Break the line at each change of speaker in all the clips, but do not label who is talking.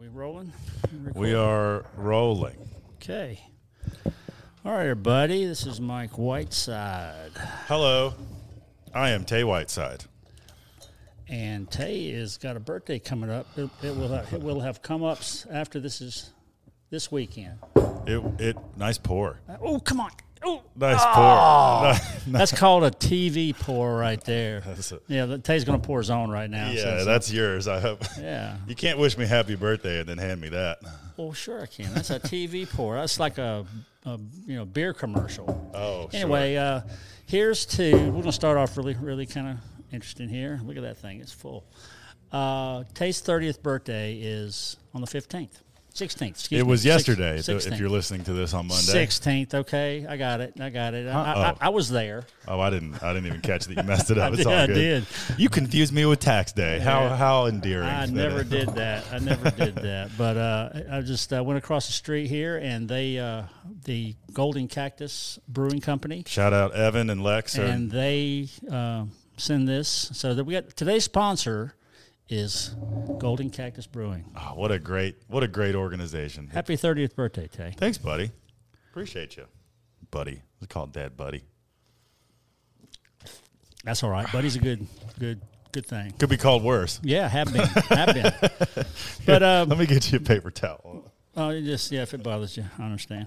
we rolling?
We are rolling.
Okay. All right, everybody. This is Mike Whiteside,
Hello, I am Tay Whiteside.
and Tay has got a birthday coming up. It, it will have, it will have come ups after this is this weekend.
It, it nice pour,
Oh, come on! Oh,
nice pour.
that's called a TV pour right there.
That's a-
yeah, the- Tay's going to pour his own right now. so
yeah,
it's-
that's yours. I hope
yeah.
you can't wish me happy birthday and then hand me that.
Well, sure I can. That's a TV pour. That's like a, a you know beer commercial.
Oh, sure.
Anyway, uh, here's to we're going to start off really, really kind of interesting here. Look at that thing; it's full. Uh, Taste thirtieth birthday is on the fifteenth, sixteenth.
It was yesterday. if- if you're listening to this on Monday,
sixteenth. Okay, I got it. I got it. I, I, I, I was there.
oh, I didn't. I didn't even catch that you messed it up. It's
did-
all
I
good.
did.
You confused me with tax day. How how endearing.
I
that
never
is.
did that. I never did that. But uh, I just uh, went across the street here, and they, uh, the Golden Cactus Brewing Company,
Shout out Evan and Lex. are-
and they uh, send this. So that we got today's sponsor is Golden Cactus Brewing.
oh, what a great what a great organization.
Happy 30th birthday, Tay.
Thanks, buddy. Appreciate you, buddy. We call Dad buddy.
That's all right. Buddy's a good, good, good thing.
Could be called worse.
Yeah, have been, have been. But um,
Let me get you a paper towel.
oh, it just yeah, if it bothers you, I understand.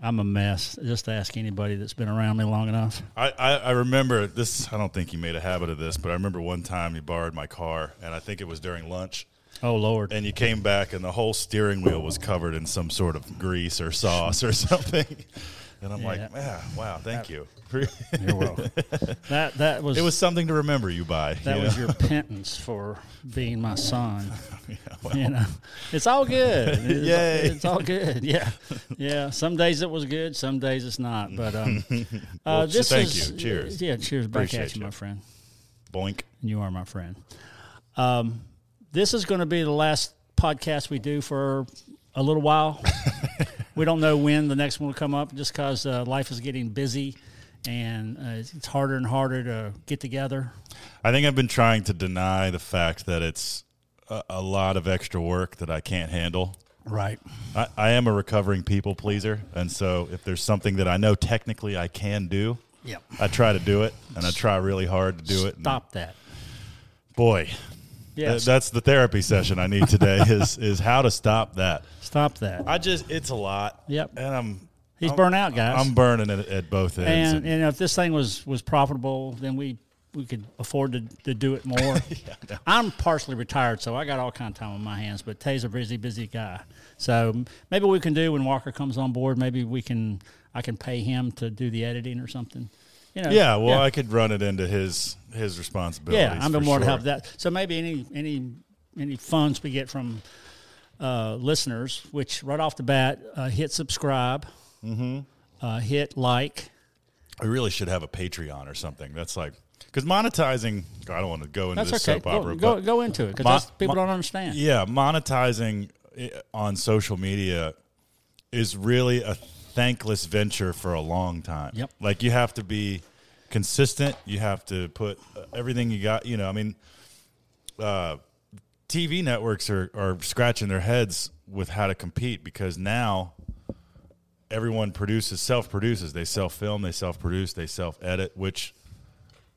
I'm a mess. Just ask anybody that's been around me long enough.
I, I, I remember this. I don't think you made a habit of this, but I remember one time you borrowed my car, and I think it was during lunch.
Oh Lord.
And you came back, and the whole steering wheel was covered in some sort of grease or sauce or something. And I'm
Yeah.
like, yeah, wow, thank you.
You're welcome. that that was
it was something to remember you by.
that
you
was
know?
your penance for being my son.
Yeah, well,
you know, it's all good. It's,
Yay.
it's all good. Yeah, yeah. Some days it was good. Some days it's not. But um, uh,
Well, so
this
thank
is
you. Cheers.
Yeah, cheers back at
Appreciate
you,
you.
my friend.
Boink.
And you are my friend. Um, this is going to be the last podcast we do for a little while. we don't know when the next one will come up, just because uh, life is getting busy. And uh, it's it's harder and harder to get together.
I think I've been trying to deny the fact that it's a, a lot of extra work that I can't handle.
Right.
I, I am a recovering people pleaser, and so if there's something that I know technically I can do,
Yep.
I try to do it, and I try really hard to do it. and
Stop that.
boy, th-
Yes.
that's the therapy session I need today is is how to stop that.
Stop that.
I just it's a lot.
Yep.
and I'm
He's burnt out, guys.
I'm burning it at both ends.
and, and if this thing was was profitable, then we we could afford to, to do it more. I'm partially retired, so I got all kind of time on my hands. But Tay's a busy, busy guy, so m- maybe we can do when Walker comes on board. Maybe we can I can pay him to do the editing or something. You know,
yeah, well, I could run it into his his responsibilities.
yeah, I'm
for
more to
sure.
help that. So maybe any any any funds we get from uh, listeners, which right off the bat, uh, hit subscribe,
Mm-hmm.
uh, hit like.
I really should have a Patreon or something. That's like because monetizing. I don't want to go into
That's
this
okay.
soap
go,
opera.
go,
but
go into it
My-
because people
my-
don't understand.
Yeah, monetizing i- on social media is really a thankless venture for a long time.
Yep.
Like you have to be consistent. You have to put uh, everything you got. You know, I mean, uh, TV networks are are scratching their heads with how to compete because now everyone produces self produces. They self film. They self produce. They self edit, which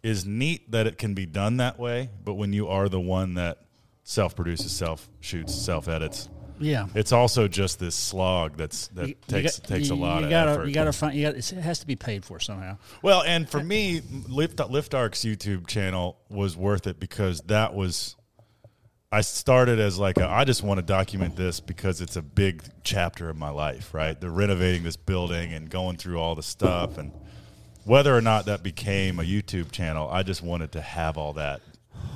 is neat that it can be done that way, but when you are the one that self produces, self shoots, self edits,
Yeah.
it's also just this slog that's that
You- you
takes
got-
takes a
you-
lot
you
of
gotta,
effort.
You got to find. You got. It has to be paid for somehow.
well, and for me, Lift Liftark's YouTube channel was worth it because that was I started as like a, I just want to document this because it's a big chapter of my life, right? They're renovating this building and going through all the stuff and whether or not that became a YouTube channel, I just wanted to have all that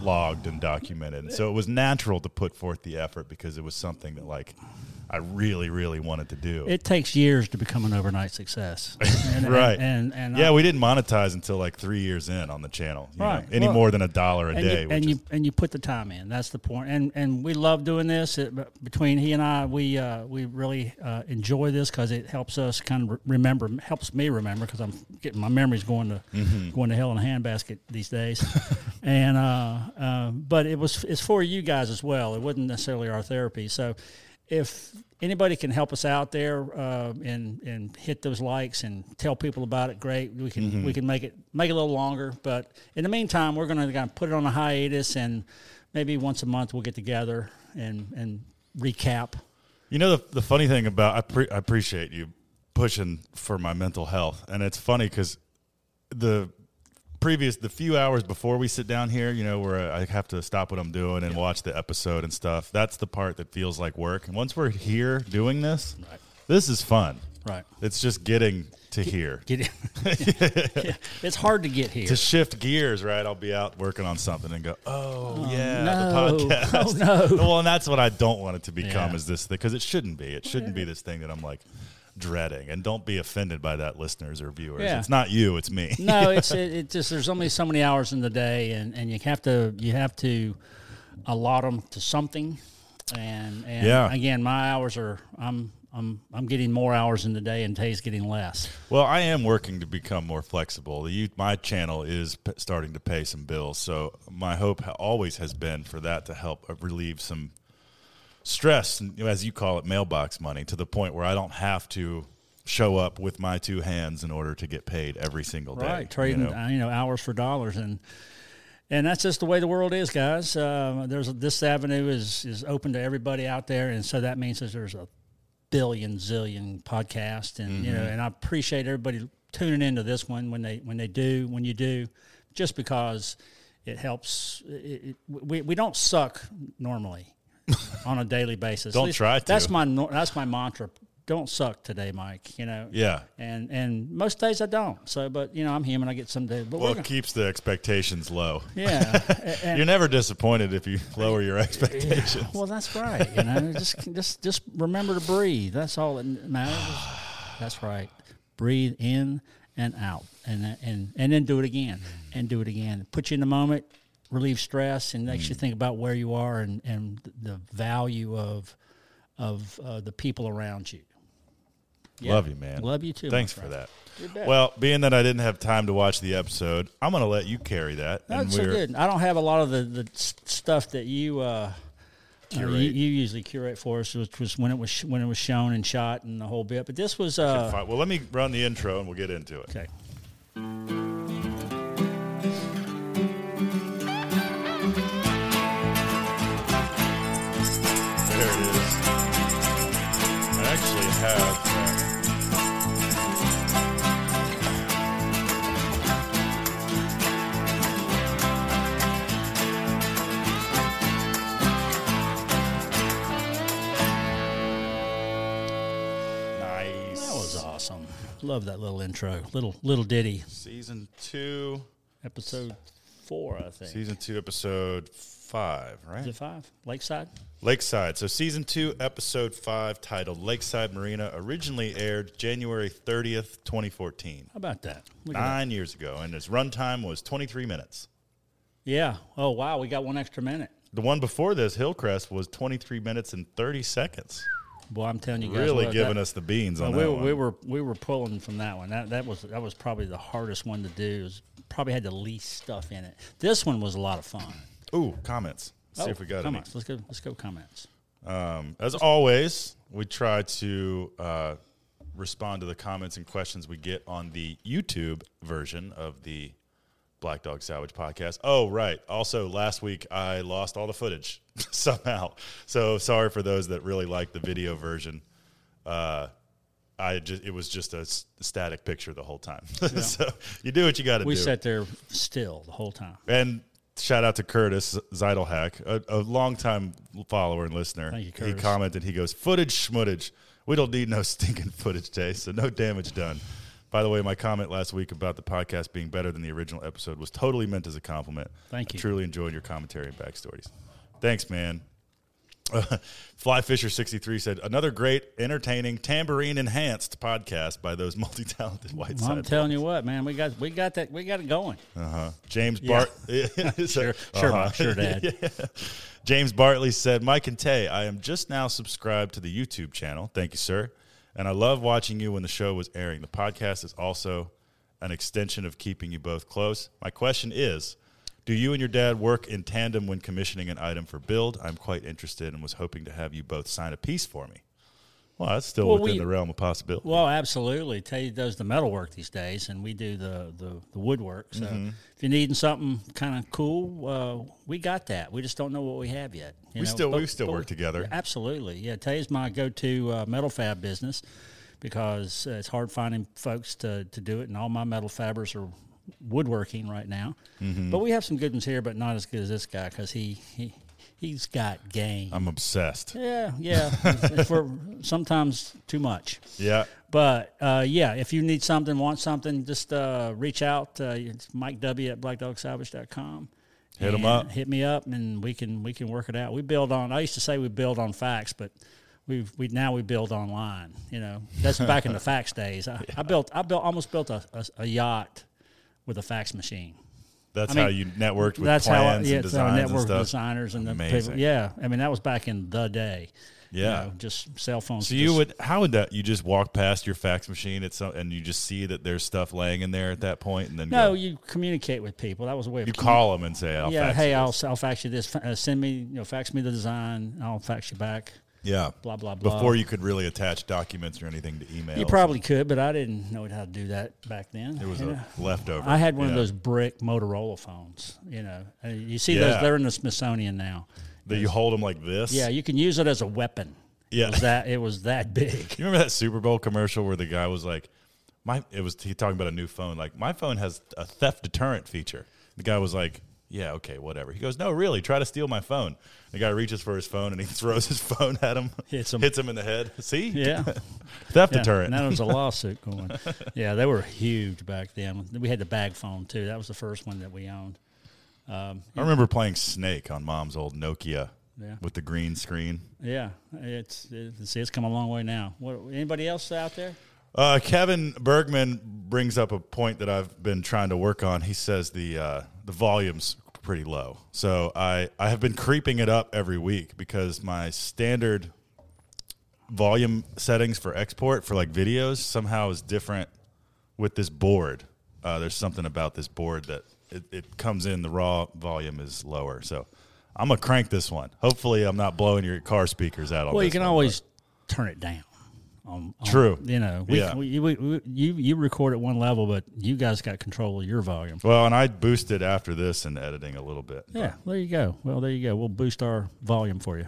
logged and documented. And so it was natural to put forth the effort because it was something that like I really really wanted to do.
It takes years to become an overnight success. And,
right.
And and, and
yeah,
I-
we didn't monetize until like three years in on the channel. you know,
Right.
any
Well,
more than a dollar a
and
day.
you,
which
and
is,
you and you put the time in. That's the point. And and we love doing this. It, but between he and I, we uh, we really uh, enjoy this because it helps us kind of re- remember.
Mm-hmm.
Helps me remember because I'm getting my memories going to going to hell in a handbasket these days. and uh, uh, but it was it's for you guys as well. It wasn't necessarily our therapy. So if anybody can help us out there uh, and and hit those likes and tell people about it, great. We can we can make it make it a little longer, but in the meantime, we're gonna, gonna put it on a hiatus and maybe once a month we'll get together and and recap.
You know the the funny thing about I, pre- I appreciate you pushing for my mental health, and it's funny because the previous the few hours before we sit down here, you know, where I have to stop what I'm doing and watch the episode and stuff. That's the part that feels like work. And once we're here doing this,
Right.
this is fun.
Right.
It's just getting to here.
Get it? Yeah. It's hard to get here.
to shift gears, right? I'll be out working on something and go, oh, yeah,
no.
the podcast.
Oh,
well, and that's what I don't want it to become
Yeah.
is this thing because it shouldn't be. It shouldn't be this thing that I'm like dreading. And don't be offended by that, listeners or viewers.
Yeah.
It's not you, it's me.
no, it's it, it just there's only so many hours in the day, and, and you have to you have to allot them to something. And and
Yeah.
again, my hours are I'm I'm I'm getting more hours in the day, and Tay's getting less.
Well, I am working to become more flexible. The you- my channel is p- starting to pay some bills, so my hope ha- always has been for that to help uh, relieve some stress, and, you know, as you call it, mailbox money, to the point where I don't have to show up with my two hands in order to get paid every single day. you
trading
know?
uh, you know hours for dollars, and and that's just the way the world is, guys. Uh, there's this avenue is is open to everybody out there, and so that means that there's a billion zillion podcast, and you know,
Mm-hmm.
and I appreciate everybody tuning into this one when they when they do when you do, just because it helps. It, it, we we don't suck normally on a daily basis. At
Don't
least
try to.
That's my nor- that's my mantra. Don't suck today, Mike. You know
Yeah.
and and most days I don't. So, but you know, I'm human. I get some days. But
Well,
we're
it
gonna,
keeps the expectations low.
yeah, a- and-
You're never disappointed if you lower your expectations.
well, that's right. You know, just just just remember to breathe. That's all that matters. That's right. Breathe in and out, and and and then do it again, and do it again. Put you in the moment, relieve stress, and makes you think about where you are and and the value of of uh, the people around you.
Love you, man.
Love you too. my
Thanks for
friend.
that.
bet.
Well, being that I didn't have time to watch the episode, I'm going to let you carry that.
That's so good. I don't have a lot of the, the s- stuff that you, uh, uh, you
Curate.
you usually curate for us, which was when it was sh- when it was shown and shot and the whole bit. But this was uh,
Fine. Well, let me run the intro and we'll get into it.
okay.
There it is. I actually have. uh, Nice.
That was awesome. Love that little intro, little little ditty.
Season two,
Episode four, I think.
season two, episode five,
Is
right?
it five? Lakeside.
Lakeside. So, season two, episode five, titled Lakeside Marina, originally aired January 30th, 2014.
How about that? Look at that.
Nine years ago, and its runtime was 23 minutes.
Yeah. Oh wow, we got one extra minute.
The one before this, Hillcrest, was 23 minutes and 30 seconds.
Boy, I'm telling you guys,
Really
what,
giving
that-
us the beans on
we,
that
were-
one.
we were we were pulling from that one. That that was that was probably the hardest one to do. It was- probably had the least stuff in it. This one was a lot of fun.
Ooh, comments. See if we got any.
Oh, comments. Let's go. Let's go comments.
Um, as always, we try to uh, respond to the comments and questions we get on the YouTube version of the Black Dog Salvage podcast. Oh, right. Also, last week I lost all the footage somehow. So sorry for those that really like the video version. Uh, I just it was just a s- static picture the whole time. so you do what you got to do.
We sat there still the whole time.
And shout out to Curtis Zeidelhack, a, a longtime follower and listener.
Thank you,
He
Curtis.
commented, he goes, footage schmootage. We don't need no stinking footage today, so no damage done. By the way, my comment last week about the podcast being better than the original episode was totally meant as a compliment.
Thank you.
I truly enjoyed your commentary and backstories. Thanks, man. Fly Fisher 63 said, another great, entertaining, tambourine enhanced podcast by those multi talented white
Well, I'm
side
telling you what, man. We got we got that. We got it going.
uh-huh. James Bart. sure,
sure, Mom, sure, Dad.
James Bartley said, "Mike and Tay, I am just now subscribed to the YouTube channel. Thank you, sir. And I love watching you when the show was airing. The podcast is also an extension of keeping you both close. My question is, Do you and your dad work in tandem when commissioning an item for build? I'm quite interested and was hoping to have you both sign a piece for me. Well, that's still
Well,
within
we-
the realm of possibility.
Well, absolutely. Tay does the metal work these days, and we do the the, the woodwork. So
Mm-hmm.
if you're needing something kind of cool, uh, we got that. We just don't know what we have yet. you
We
know,
still- we still work together.
Absolutely, yeah. Tay's my go-to uh, metal fab business because uh, it's hard finding folks to to do it, and all my metal fabbers are woodworking right now. But we have some good ones here, but not as good as this guy because he he he's got game.
I'm obsessed.
yeah, yeah. for sometimes too much.
Yeah.
But uh, yeah, if you need something, want something, just uh, reach out. Uh, it's Mike W at blackdogsalvage.com.
Hit 'em
And
up.
Hit me up, and we can we can work it out. We build on. I used to say we build on facts, but we we now we build online. You know, that's back in the fax days. I, I built I built almost built a, a, a yacht with a fax machine.
That's
I mean,
how you networked with
that's
plans
how I, yeah,
and
it's our
designs
network
and
of
stuff.
designers and the
Amazing.
people. Yeah, I mean that was back in the day. you
Yeah.
know, just cell phones.
So you
just-
would how would that you just walk past your fax machine at some and you just see that there's stuff laying in there at that point and then
no,
go, you,
you communicate with people. That was a way of commu-
call them and say I'll
yeah,
fax
hey,
you
I'll,
this.
I'll fax you this. Fa- Uh, send me, you know, fax me the design. I'll fax you back.
yeah
Blah, blah, blah.
before you could really attach documents or anything to email
You probably could, but I didn't know how to do that back then.
it was
you
a
know?
leftover
I had one
yeah,
of those brick Motorola phones. You know, Uh, you see
Yeah.
those? They're in the Smithsonian now.
that you hold them like this
Yeah, you can use it as a weapon.
Yeah.
it was that it was that big.
you remember that Super Bowl commercial where the guy was like my it was he talking about a new phone like my phone has a theft deterrent feature the guy was like yeah okay whatever he goes no really try to steal my phone the guy reaches for his phone and he throws his phone at him
Hits him.
hits him in the head see
Yeah,
theft
yeah.
deterrent
And there was a lawsuit going. yeah, they were huge back then. We had the bag phone too. That was the first one that we owned.
I remember playing Snake on Mom's old Nokia
Yeah.
with the green screen.
Yeah, it's it's, it's come a long way now. What, anybody else out there?
Uh, Kevin Bergman brings up a point that I've been trying to work on. He says the uh, the volume's pretty low, so I I have been creeping it up every week because my standard volume settings for export for like videos somehow is different with this board. Uh, there's something about this board that it, it comes in the raw volume is lower, so. I'm gonna crank this one. Hopefully, I'm not blowing your car speakers out. On
Well, you
this
can
one,
always turn it down. On, on-
True.
You know, we,
Yeah.
we, we, we, you you record at one level, but you guys got control of your volume.
Well, and I boosted after this in editing a little bit.
Yeah, there you go. Well, there you go. We'll boost our volume for you,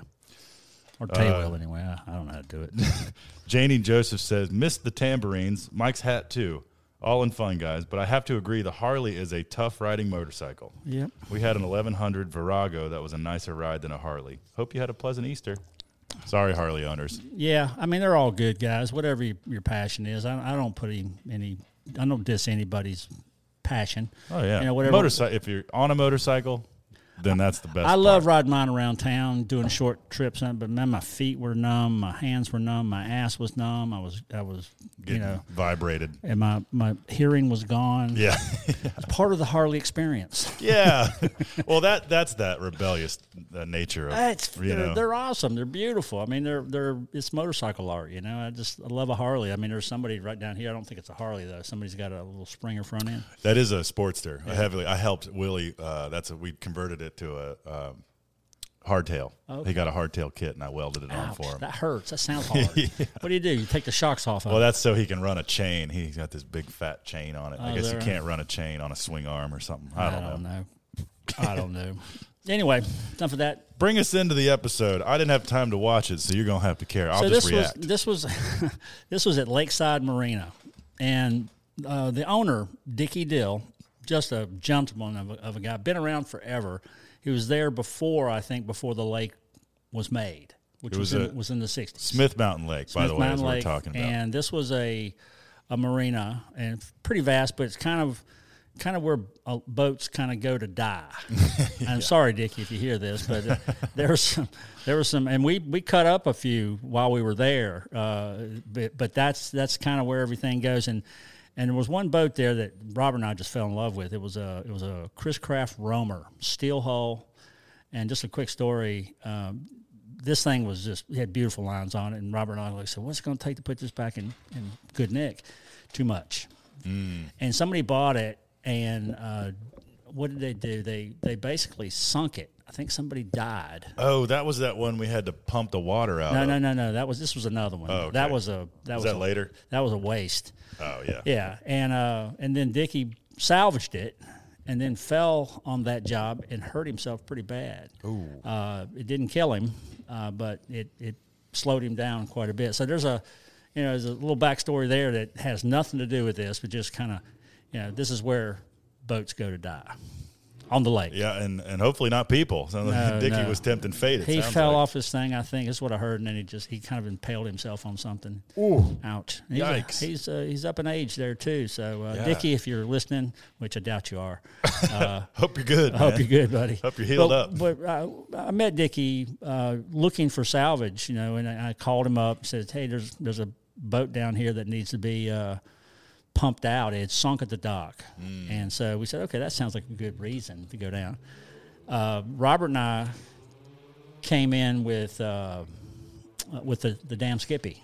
or Tay
Uh,
will anyway. I, I don't know how to do it.
Janie Joseph says, missed the tambourines, Mike's hat too. All in fun, guys, but I have to agree the Harley is a tough riding motorcycle.
Yep.
We had an 1100 Virago that was a nicer ride than a Harley. Hope you had a pleasant Easter. Sorry, Harley owners.
Yeah, I mean they're all good guys. Whatever your, your passion is, I, I don't put any, any. I don't diss anybody's passion.
Oh yeah,
you know whatever.
Motorci- if you're on a motorcycle, then that's the best.
I
part.
love riding mine around town, doing short trips, and- but man, my feet were numb, my hands were numb, my ass was numb. I was, I was,
getting
you know,
vibrated.
and my my hearing was gone.
Yeah,
it's part of the Harley experience.
yeah. well, that that's that rebellious uh, nature of
It's
you
they're,
know.
they're awesome. They're beautiful. I mean, they're they're it's motorcycle art. You know, I just I love a Harley. I mean, there's somebody right down here. I don't think it's a Harley though. Somebody's got a little Springer front end.
That is a Sportster. I heavily. I helped Willie. Uh, that's a, we converted it to a um, hardtail. He got a hardtail kit, and I welded it on
Ouch,
for him.
that hurts. That sounds hard. What do you do? You take the shocks off of
well,
it.
that's so he can run a chain. He's got this big fat chain on it. I
Oh,
guess you
there.
can't run a chain on a swing arm or something. I don't,
I don't
know.
know. I don't know. Anyway, enough of that.
Bring us into the episode. I didn't have time to watch it, so you're gonna have to care. I'll
so
just
this
react.
was this was this was at Lakeside Marina, and uh, the owner Dickie Dill, just a gentleman of a, of a guy, been around forever. He was there before I think before the lake was made, which
It
was
was
in,
a-
was in the sixties.
Smith Mountain Lake, by the way, is what we're talking about.
And this was a a marina and it's pretty vast, but it's kind of kind of where uh, boats kind of go to die. I'm sorry, Dickie, if you hear this, but uh, there was some there was some, and we we cut up a few while we were there. Uh, but but that's that's kind of where everything goes and. And there was one boat there that Robert and I just fell in love with. It was a it was a Chris Craft Roamer, steel hull, and just a quick story. Um, this thing was just it had beautiful lines on it, and Robert and I like said, "What's it going to take to put this back in, in
Mm.
good nick?" Too much, and somebody bought it, and uh, what did they do? They they basically sunk it. I think somebody died.
Oh, that was that one we had to pump the water out.
No,
of.
no, no, no. That was this was another one.
Oh,
That
okay.
was a that was,
Was that
a-
later?
That was a waste.
Oh yeah.
Yeah, and uh, and then Dickie salvaged it, and then fell on that job and hurt himself pretty bad. Uh, it didn't kill him, uh, but it it slowed him down quite a bit. So there's a, you know, there's a little backstory there that has nothing to do with this, but just kind of, you know, this is where boats go to die, on the lake.
Yeah, and, and hopefully not people. So Dickie
no.
was tempting fate. It
He
sounds
fell
like.
off his thing, I think. That's what I heard, and then he just he kind of impaled himself on something.
Ooh.
ouch! And he's a-
Yikes.
he's uh, he's up in age there too. So uh,
Yeah.
Dickie, if you're listening, which I doubt you are, uh,
Hope you're good.
I hope
man.
you're good, buddy.
Hope you're healed
but,
up.
But uh, I, I met Dickie uh, looking for salvage, you know, and I I called him up. Said, "Hey, there's there's a boat down here that needs to be." Uh, pumped out it had sunk at the dock
Hmm.
and so we said okay that sounds like a good reason to go down uh, robert and i came in with uh, uh, with the, the damn Skippy.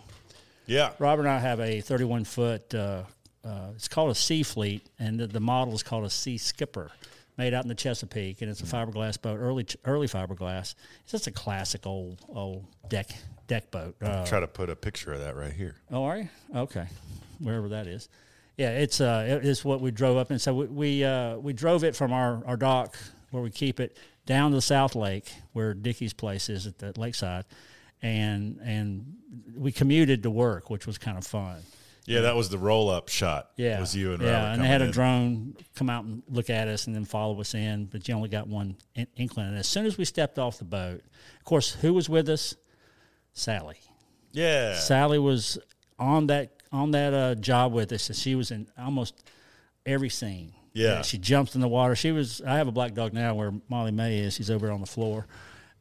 Yeah.
Robert and I have a 31 foot. Uh, uh, it's called a Sea Fleet, and the, the model is called a Sea Skipper, made out in the Chesapeake, and it's a fiberglass boat, early early fiberglass. It's just a classic old old deck deck boat. Uh,
Try to put a picture of that right here.
oh, are you okay? Wherever that is. Yeah, it's uh, it- it's what we drove up, and so we we, uh, we drove it from our, our dock where we keep it down to the South Lake where Dickie's place is at the lakeside, and and we commuted to work, which was kind of fun.
Yeah, that was the roll up shot.
Yeah,
was you and
yeah,
Robert
and they had a
coming in.
drone come out and look at us and then follow us in, but you only got one in- inkling. And as soon as we stepped off the boat, of course, who was with us? Sally.
Yeah.
Sally was on that on that uh, job with us, and she was in almost every scene.
Yeah.
she jumped in the water. She was. I have a black dog now where Molly May is. She's over on the floor.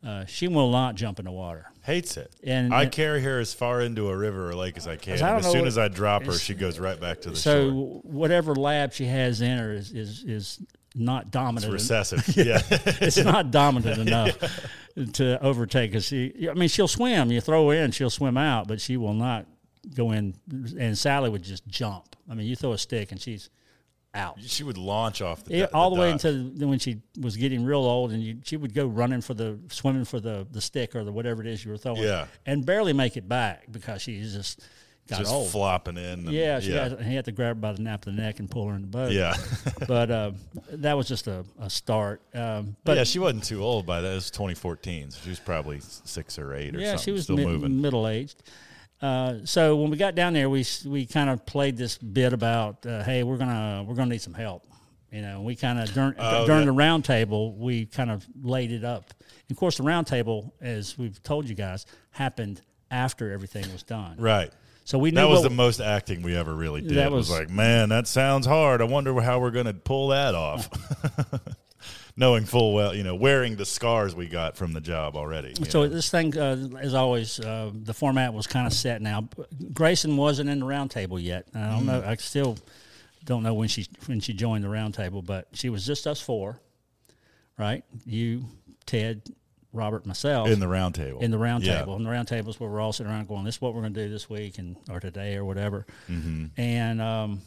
Uh, she will not jump in the water.
Hates it.
And-
I carry her as far into a river or lake as I can.
I don't
as
know
soon
what-
as I drop her, she goes right back to the
So
shore.
whatever lab she has in her is is, is not dominant. en-
Recessive. yeah.
it's not dominant enough to overtake us. She, I mean, she'll swim. You throw her in, she'll swim out, but she will not go in. And Sally would just jump. I mean, you throw a stick and she's out.
she would launch off the
Yeah,
do-
all the way
dock.
until then when she was getting real old, and you, she would go running for the swimming for the the stick or the whatever it is you were throwing,
Yeah.
and barely make it back because she just got
just
old.
flopping in. and-
yeah, she
yeah.
Got, he had to grab her by the nape of the neck and pull her in the boat.
yeah.
but uh, that was just a, a start. Um, but
yeah, she wasn't too old by that. It was 2014. So she was probably six or eight or
yeah,
something.
she was
still moving.
middle aged. Uh, so when we got down there, we s- we kind of played this bit about, uh, hey, we're gonna we're gonna need some help. You know, we kind of during
Oh,
during the round table, we kind of laid it up. And of course, the round table, as we've told you guys, happened after everything was done.
Right.
So we knew
That was
what-
the most acting we ever really did.
That
It was,
was-
like, man, that sounds hard. I wonder how we're going to pull that off. Knowing full well, you know, wearing the scars we got from the job already. you
So
know.
this thing, uh, as always, uh, the format was kind of set. Now, Grayson wasn't in the roundtable yet. I don't know. I still don't know when she when she joined the roundtable, but she was just us four, right? You, Ted, Robert, myself
in the round table.
in the round
Yeah.
table. And the round table is where we're all sitting around going, this is what we're going to do this week and or today or whatever.
Mm-hmm.
And um,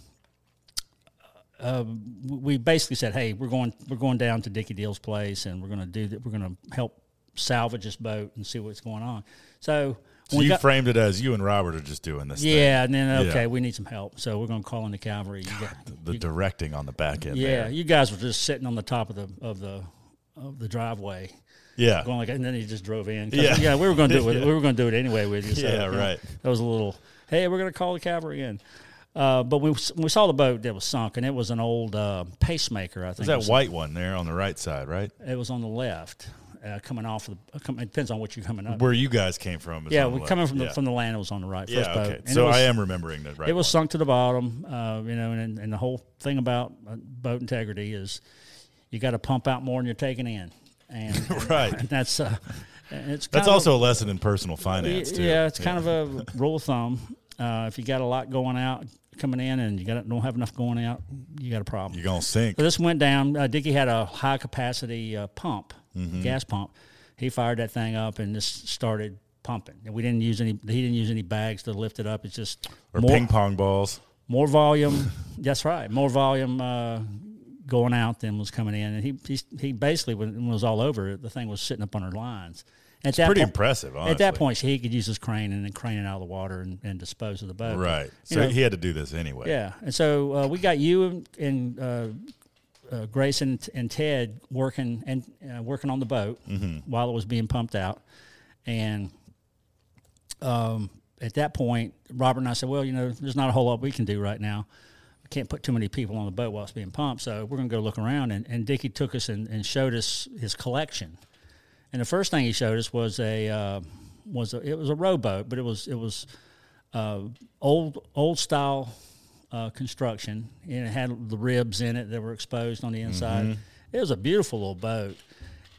uh, we basically said, hey, we're going we're going down to Dickie Deal's place and we're going to do that. We're going to help salvage this boat and see what's going on. So,
So
when
you framed it as you and Robert are just doing this thing.
yeah, and then
Yeah.
okay, we need some help, so we're going to call in the cavalry. You got-
The directing on the back end.
yeah,
there.
you guys were just sitting on the top of the of the of the driveway,
Yeah.
going like, and then he just drove in. 'Cause,
Yeah.
yeah, we were going to do it. With, We were going to do it anyway with you. So,
Yeah,
you know,
right.
That was a little. Hey, we're going to call the cavalry in. Uh, but we we saw the boat that was sunk, and it was an old uh, pacemaker. I think
There's
it was,
that white one there on the right side, right?
it was on the left, uh, coming off. Of the, come, it depends on what you're coming up.
Where you guys came from. is
yeah,
on the
we're
left.
coming from
Yeah.
the from the land. It was on the right. first
Yeah,
boat.
okay.
And it
So
was-
I am remembering the right
it was
one.
sunk to the bottom, uh, you know, and, and the whole thing about uh, boat integrity is you got to pump out more than you're taking in, and
Right.
and that's uh, and it's kind
That's
of a-
also a lesson in personal finance, too.
yeah, it's kind of a rule of thumb. Uh, if you got a lot going out coming in, and you got don't have enough going out, you got a problem.
You're going to sink.
So this went down. Uh, Dickie had a high capacity uh, pump,
Mm-hmm.
gas pump. He fired that thing up and just started pumping. And we didn't use any. He didn't use any bags to lift it up. It's just
Or
more
ping pong balls.
more volume. That's right. More volume uh, going out than was coming in, and he he, he basically when it was all over, the thing was sitting up on her lines. At that
Pretty
point-
impressive, honestly.
At that point, he could use his crane and then crane it out of the water and, and dispose of the boat.
Right.
You
So
know-
he had to do this anyway.
Yeah, and so uh, we got you and, and uh, uh, Grace and, and Ted working and uh, working on the boat while it was being pumped out, and um, at that point, Robert and I said, "Well, you know, there's not a whole lot we can do right now. I can't put too many people on the boat while it's being pumped, so we're going to go look around." And, and Dickie took us and, and showed us his collection. And the first thing he showed us was a uh, was a, it was a rowboat, but it was it was uh, old old style uh, construction, and it had the ribs in it that were exposed on the inside.
Mm-hmm.
It was a beautiful little boat.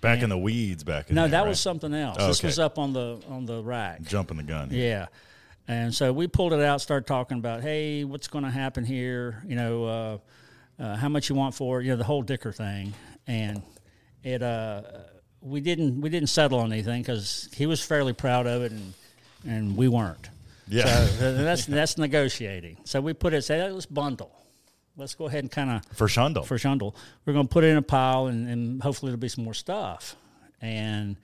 Back in the weeds back in
No,
there,
that
right? Oh,
was something else. This
Okay.
was up on the on the rack.
jumping the gun.
Yeah. And so we pulled it out, started talking about, hey, what's going to happen here? You know, uh, uh, how much you want for it? You know, the whole Dicker thing. And it, uh, we didn't, we didn't settle on anything because he was fairly proud of it, and and we weren't.
Yeah.
So uh, that's that's negotiating. So we put it, say, "Hey, let's bundle. Let's go ahead and kind of
For Shundle.
for Shundle. We're going to put it in a pile, and, and hopefully there'll be some more stuff. And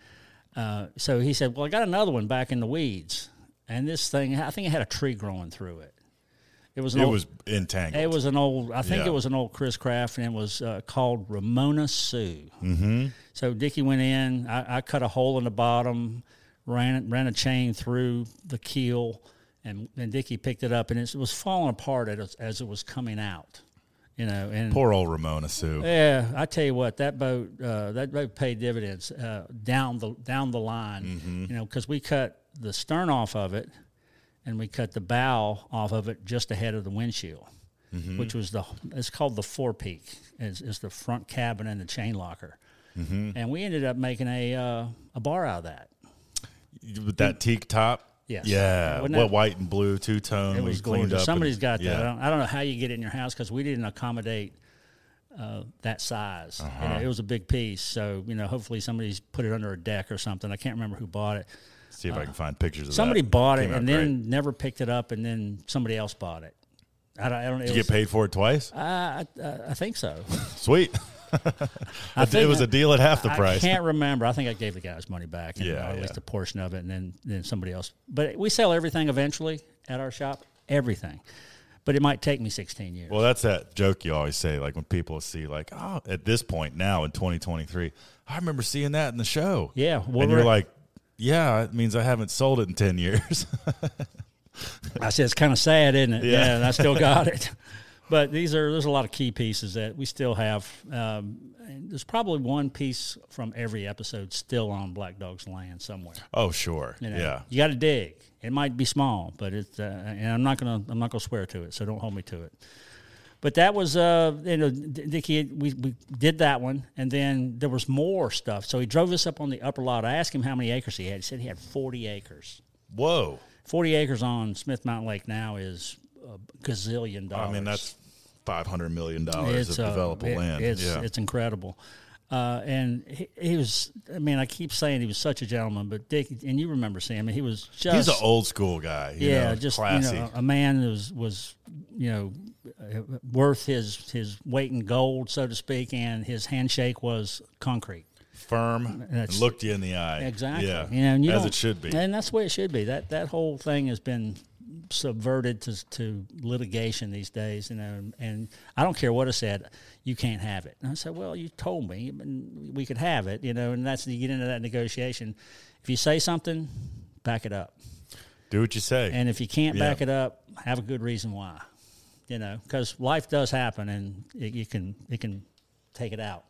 uh, so he said, "Well, I got another one back in the weeds, and this thing, I think it had a tree growing through it. It was an
it
old,
was entangled.
it was an old. I think
Yeah.
it was an old Chris Craft, and it was uh, called Ramona Sue. Mm-hmm. So Dickie went in. I, I cut a hole in the bottom, ran ran a chain through the keel, and and Dickie picked it up, and it was falling apart as, as it was coming out. You know, and
Poor old Ramona Sue.
yeah, I tell you what, that boat uh, that boat paid dividends uh, down the down the line. You know, because we cut the stern off of it, and we cut the bow off of it just ahead of the windshield, which was the it's called the four peak. It's, it's the front cabin and the chain locker, and we ended up making a uh, a bar out of that.
With that teak top.
Yes.
Yeah.
Wasn't
What
that-
white and blue two tone.
It was gorgeous. Somebody's got that. I,
Yeah.
don't, I don't know how you get it in your house because we didn't accommodate uh, that size. You
Uh-huh.
know, it was a big piece, so you know, hopefully somebody's put it under a deck or something. I can't remember who bought it.
See if I can find pictures of
Somebody
that.
bought it
Came out
and
great.
then never picked it up, and then somebody else bought it. I don't. I don't. It
Did you
was,
get paid for it twice?
I, I, I think so.
Sweet.
I
it
think
was
I-
a deal at half the
I
price.
can't remember. I think I gave the guy his money back, and,
Yeah,
or at
yeah.
least a portion of it, and then then somebody else. But we sell everything eventually at our shop, everything. But it might take me sixteen years.
Well, that's that joke you always say, like when people see, like, oh, at this point now in 2023, I remember seeing that in the show.
Yeah, well,
and you're
we're-
like, yeah, it means I haven't sold it in 10 years.
I said it's kind of sad, isn't it?
Yeah.
Yeah, and I still got it. But these are there's a lot of key pieces that we still have. Um, and there's probably one piece from every episode still on Black Dog's land somewhere.
oh, sure.
you know.
Yeah.
you got to dig. It might be small, but it's uh, and I'm not gonna I'm not gonna swear to it, so don't hold me to it. But that was uh you know D- Dickie we we did that one, and then there was more stuff. So he drove us up on the upper lot. I asked him how many acres he had. He said he had 40 acres.
Whoa.
40 acres on Smith Mountain Lake now is a gazillion dollars.
I mean, that's $500 million of
uh,
developable
it-
land.
It's,
yeah.
it's incredible. Uh, and he, he was, I mean, I keep saying he was such a gentleman, but Dick, and you remember Sam, he was just.
He's an old school guy. you
yeah,
know,
just
classy.
you know, uh, a man that was was you know uh, worth his his weight in gold, so to speak, and his handshake was concrete.
firm, and
That's-
looked you in the eye.
Exactly.
Yeah.
You know, and you
As
don't-
it should be.
And that's the way it should be. That that whole thing has been subverted to to litigation these days. You know, and I don't care what I said, you can't have it. And I said, well, you told me and we could have it. You know, and that's you get into that negotiation. If you say something, back it up.
Do what you say.
And if you can't
Yeah.
back it up, have a good reason why. You know, because life does happen, and it, you can it can take it out.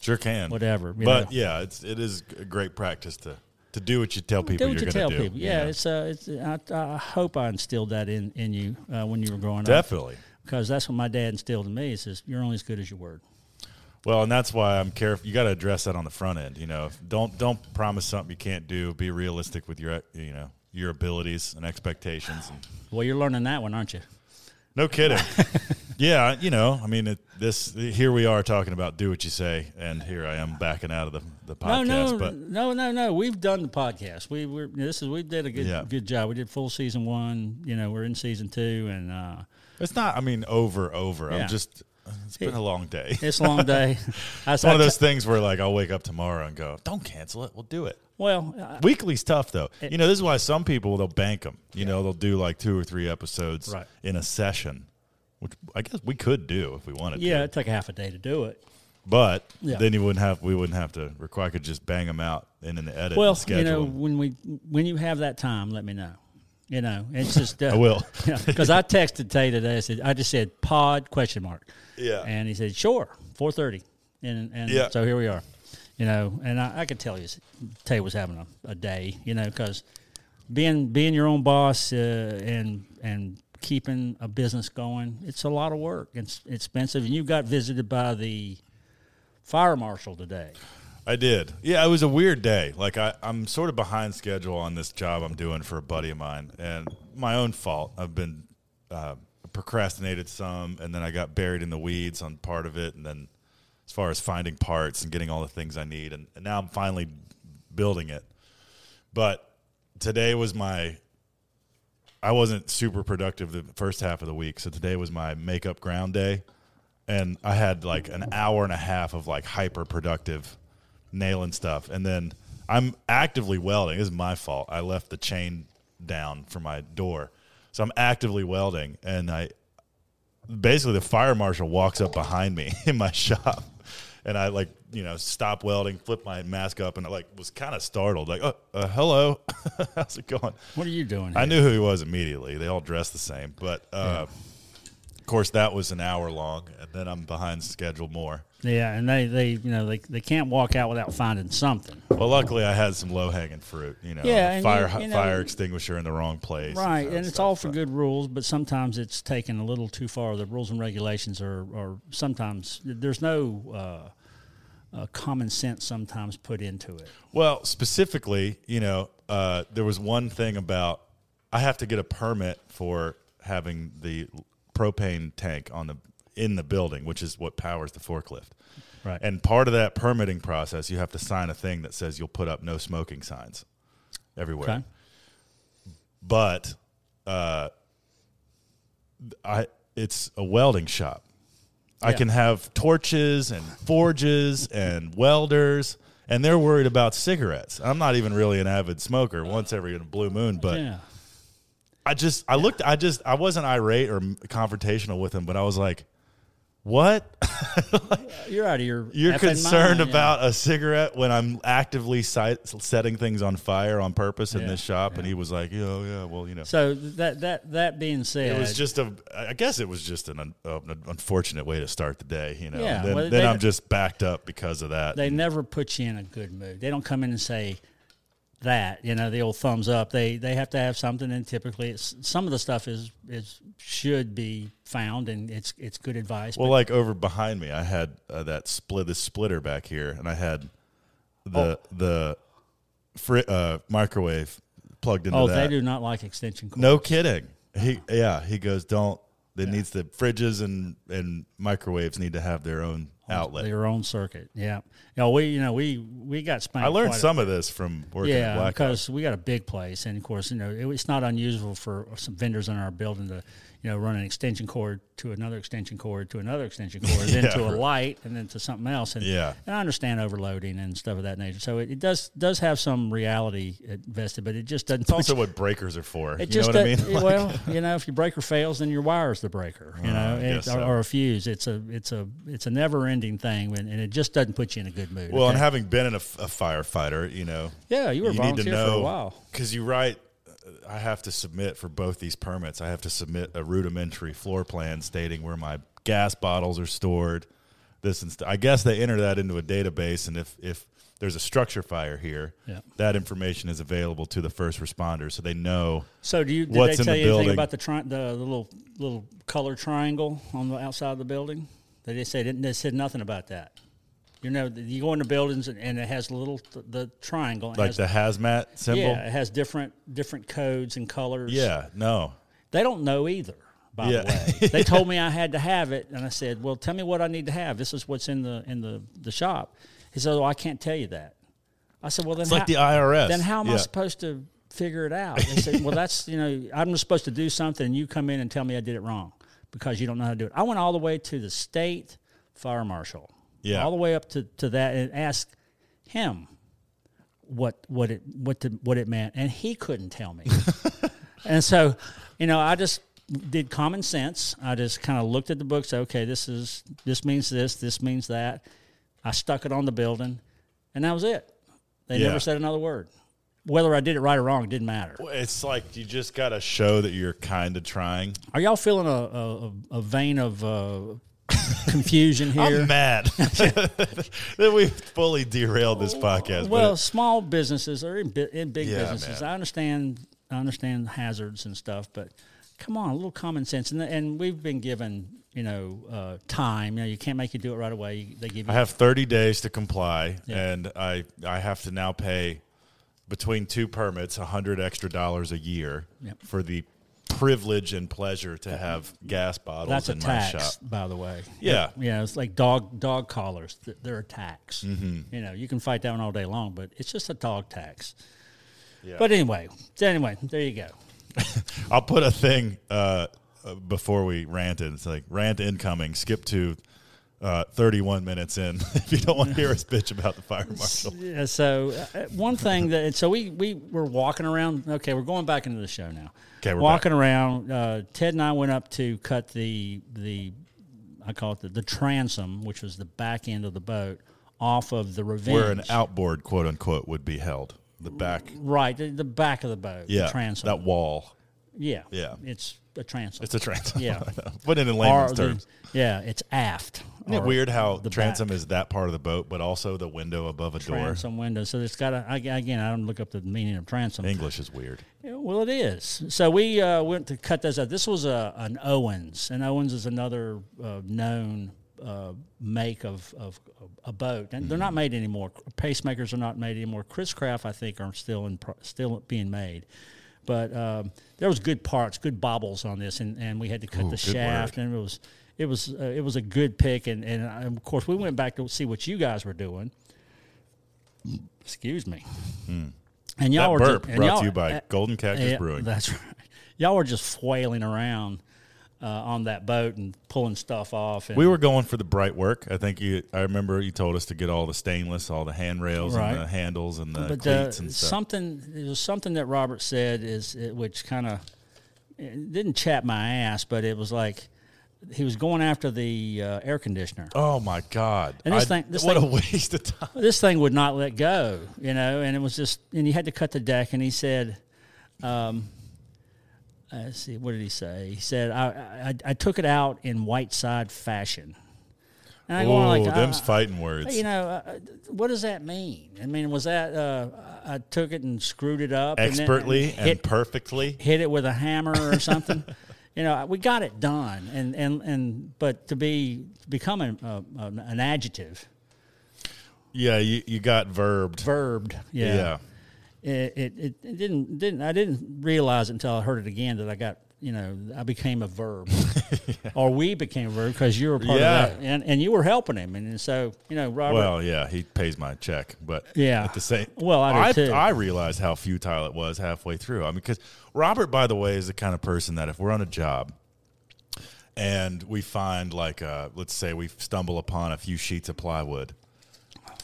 sure can.
Whatever, you
But
know.
yeah, it's, it is a great practice to, to do what you tell people
do what
you're
you
going
tell
to do.
people. Yeah,
you know?
it's uh, it's. I, I hope I instilled that in in you uh, when you were growing up,
Definitely.
because that's what my dad instilled in me. He says you're only as good as your word.
Well, and that's why I'm careful. You got to address that on the front end. You know, If- don't don't promise something you can't do. Be realistic with your you know your abilities and expectations. And,
Well, you're learning that one, aren't you?
no kidding. yeah, you know, I mean, it, this here we are talking about do what you say, and here I am backing out of the the podcast.
no, no,
but
no, no, no. We've done the podcast. We were this is we did a good
Yeah.
good job. We did full season one. You know, we're in season two, and uh,
it's not. I mean, over over.
Yeah.
I'm just It's been a long day.
It's a long day. I
It's one of
I-
those things where like I'll wake up tomorrow and go, "Don't cancel it. We'll do it."
Well, uh, I-
Weekly's tough though. you know, this is why some people they'll bank them. You know, they'll do like two or three episodes
Right.
in a session, which I guess we could do if we wanted
yeah,
to.
it took half a day to do it.
But
Yeah.
then you wouldn't have we wouldn't have to require. I could just bang them out and in the edit.
Well,
and schedule
you know,
'em.
when we when you have that time, let me know. You know, it's just uh,
I will.
because I texted Tay today. I said I just said pod question mark.
Yeah.
and he said sure four thirty, and and
Yeah.
so here we are. You know, and I, I could tell you, Tay was having a, a day. You know, because being being your own boss uh, and and keeping a business going, it's a lot of work. It's expensive, and you got visited by the fire marshal today.
I did. Yeah, it was a weird day. Like I, I'm sort of behind schedule on this job I'm doing for a buddy of mine, and my own fault. I've been uh, procrastinated some, and then I got buried in the weeds on part of it, and then as far as finding parts and getting all the things I need, and, and now I'm finally building it. But today was my. I wasn't super productive the first half of the week, so today was my makeup ground day and I had like an hour and a half of like hyper productive nailing stuff, and then I'm actively welding. This is my fault. I left the chain down for my door, so I'm actively welding, and I basically the fire marshal walks up behind me in my shop. And I like, you know, stop welding, flip my mask up, and I like was kind of startled, like, oh, uh, hello, how's it going?
What are you doing? Here?
I knew who he was immediately. They all dressed the same, but uh, of course that was an hour long, and then I'm behind schedule more.
Yeah, and they, they you know they, they can't walk out without finding something.
Well, luckily I had some low hanging fruit. You know,
Yeah, and
fire
you- you know-
fire extinguisher in the wrong place,
Right,
that
and it's
stuff,
all for
but-
good rules, but sometimes it's taken a little too far. The rules and regulations are, are sometimes there's no uh, uh, common sense sometimes put into it.
Well, specifically, you know, uh, there was one thing about I have to get a permit for having the propane tank on the in the building, which is what powers the forklift.
Right.
And part of that permitting process, you have to sign a thing that says you'll put up no smoking signs everywhere.
Okay,
But uh, I, it's a welding shop. I
Yeah.
can have torches and forges and welders, and they're worried about cigarettes. I'm not even really an avid smoker. Once every blue moon, but
yeah,
I just I looked I just I wasn't irate or confrontational with him, but I was like, "What?
you're out of your
You're
effing
concerned
mind, yeah.
about a cigarette when I'm actively si- setting things on fire on purpose in
Yeah,
this shop?" And he was like, "Yeah, oh, yeah, well, you know."
So that that that being said,
it was just a i guess it was just an, un, uh, an unfortunate way to start the day you know
Yeah,
then,
well,
then
they-
i'm just backed up because of that
they never put you in a good mood. They don't come in and say that, you know, the old thumbs up. They they have to have something, and typically, it's, some of the stuff is is should be found, and it's it's good advice.
well like over behind me i had uh, that split this splitter back here and i had
Oh.
the the fri- uh, microwave plugged into
oh,
that
they do not like extension cords.
no kidding he yeah he goes don't it needs the fridges and and microwaves need to have their own outlet
Their own circuit, yeah. You know, we you know we we got spanked.
i learned
quite a-
some of this from working at
Yeah,
blackout
because we got a big place, and of course, you know, it, it's not unusual for some vendors in our building to, you know, run an extension cord to another extension cord to another extension cord, then
Yeah,
to a
right.
light, and then to something else. And,
Yeah.
and I understand overloading and stuff of that nature. So it, it does does have some reality invested, but it just doesn't.
it's also what breakers are for you
It just
know what i
does-
mean Like- Uh-huh.
well, you know, if your breaker fails, then your wire's the breaker, you know, it,
guess so.
or, or a fuse. It's a it's a it's a never ending thing, and, and it just doesn't put you in a good mood.
Well, and
okay?
having been in a, f- a firefighter, you know,
yeah, you were
you need to
volunteer
know
for a while.
because you write. uh, I have to submit for both these permits. I have to submit a rudimentary floor plan stating where my gas bottles are stored. This and st- I guess they enter that into a database, and if if there's a structure fire here,
Yeah.
that information is available to the first responders, so they know.
So do you did
what's
they
in
tell
the
you
building.
anything about the, tri- the the little little color triangle on the outside of the building? They didn't say didn't they said nothing about that. You know, th- you go into buildings and, and it has a little th- the triangle. it
Like
has,
the hazmat symbol.
yeah, it has different different codes and colors.
Yeah, no.
they don't know either. By
Yeah.
the way, they told me I had to have it, and I said, "Well, tell me what I need to have. This is what's in the in the the shop." He said, "Well, I can't tell you that." I said, "Well, then
It's
how-
like the IRS.
then how am I
Yeah.
supposed to figure it out? They said, well, that's, you know, I'm supposed to do something and you come in and tell me I did it wrong. because you don't know how to do it. I went all the way to the state fire marshal.
Yeah.
All the way up to, to that and asked him what what it what the, what it meant and he couldn't tell me. and so, you know, I just did common sense. I just kind of looked at the book, said, okay, this is this means this, this means that. I stuck it on the building and that was it. They
Yeah.
never said another word. Whether I did it right or wrong didn't matter.
It's like you just got to show that you're kind of trying.
Are y'all feeling a, a, a- a vein of uh, confusion here?
I'm mad that we fully derailed this podcast.
well,
but
small businesses or in, bi- in big
Yeah,
businesses,
man.
I understand. I understand hazards and stuff, but come on, a little common sense. And, and we've been given, you know, uh, time. You know, you can't make you do it right away. You- They give
I
you.
have 30 days to comply,
Yeah.
and I I have to now pay between two permits 100 extra dollars a year
Yep.
for the privilege and pleasure to have gas bottles
That's a
in my shop.
tax, by the way.
Yeah.
yeah. It's like dog dog collars. Th- They're a tax.
Mm-hmm.
You know, you can fight that one all day long, but it's just a dog tax.
Yeah.
But anyway, anyway, there you go.
I'll put a thing uh, uh, before we rant it. It's like rant incoming. Skip to uh, 31 minutes in if you don't want to hear us bitch about the fire marshal.
Yeah, so uh, one thing that so we we were walking around. Okay, we're going back into the show now.
'Kay, we're
walking around. Uh, Ted and I went up to cut the the I call it the, the transom, which was the back end of the boat, off of the Revenge.
Where an outboard, quote unquote, would be held. The back,
right, the, the back of the boat.
yeah,
the transom.
that wall.
yeah,
yeah.
It's a transom.
It's a transom.
Yeah.
Put it in layman's
Or the-
terms.
yeah, it's aft.
Isn't it
or
weird how the
the
transom
back.
is that part of the boat, but also the window above a door?
transom window. So it's got a I- again. I don't look up the meaning of transom.
English is weird.
Yeah, Well, it is. So we uh, went to cut those out. This was a, an Owens, and Owens is another uh, known uh, make of, of a boat, and they're not
Mm-hmm.
made anymore. Pacemakers are not made anymore. Chris Craft, I think, are still in pro- still being made. But um, there was good parts, good bobbles on this, and, and we had to cut the
good
shaft, and it was it was uh, it was a good pick, and and I, of course we went back to see what you guys were doing. Excuse me. And
Hmm. That
y'all were
burp
ju- and
brought
y'all-
to you by
uh,
Golden Cactus
yeah,
Brewing.
That's right. Y'all were just flailing around uh, on that boat and pulling stuff off. And
We were going for the bright work. I think you. I remember you told us to get all the stainless, all the handrails
Right.
and the handles and the
but
cleats
uh,
and stuff.
something it was something that Robert said is it, which kind of didn't chap my ass, but it was like he was going after the uh, air conditioner.
oh my god!
And this
I-
thing- this
what
thing-
a waste of time.
This thing would not let go, you know, and it was just and he had to cut the deck, and he said. Um, let's see, what did he say? He said, I, I, I took it out in Whiteside fashion. And I go
Oh,
on like,
them's
I-
fighting words.
You know, uh, uh, what does that mean? I mean, was that uh, I I took it and screwed it up and then-
Expertly and,
hit,
perfectly.
hit it with a hammer or something? you know, we got it done, and and and but to be become an, uh, an an adjective,
Yeah, you, you got verbed.
verbed, yeah.
yeah.
It, it, it it didn't didn't I didn't realize until I heard it again that I got you know I became a verb, or we became a verb because you were part
Yeah.
of that, and and you were helping him, and so you know Robert.
Well, yeah, he pays my check, but
Yeah.
at the same.
Well, I do, too.
I realized how futile it was halfway through. I mean, because Robert, by the way, is the kind of person that if we're on a job and we find like, uh, let's say we stumble upon a few sheets of plywood,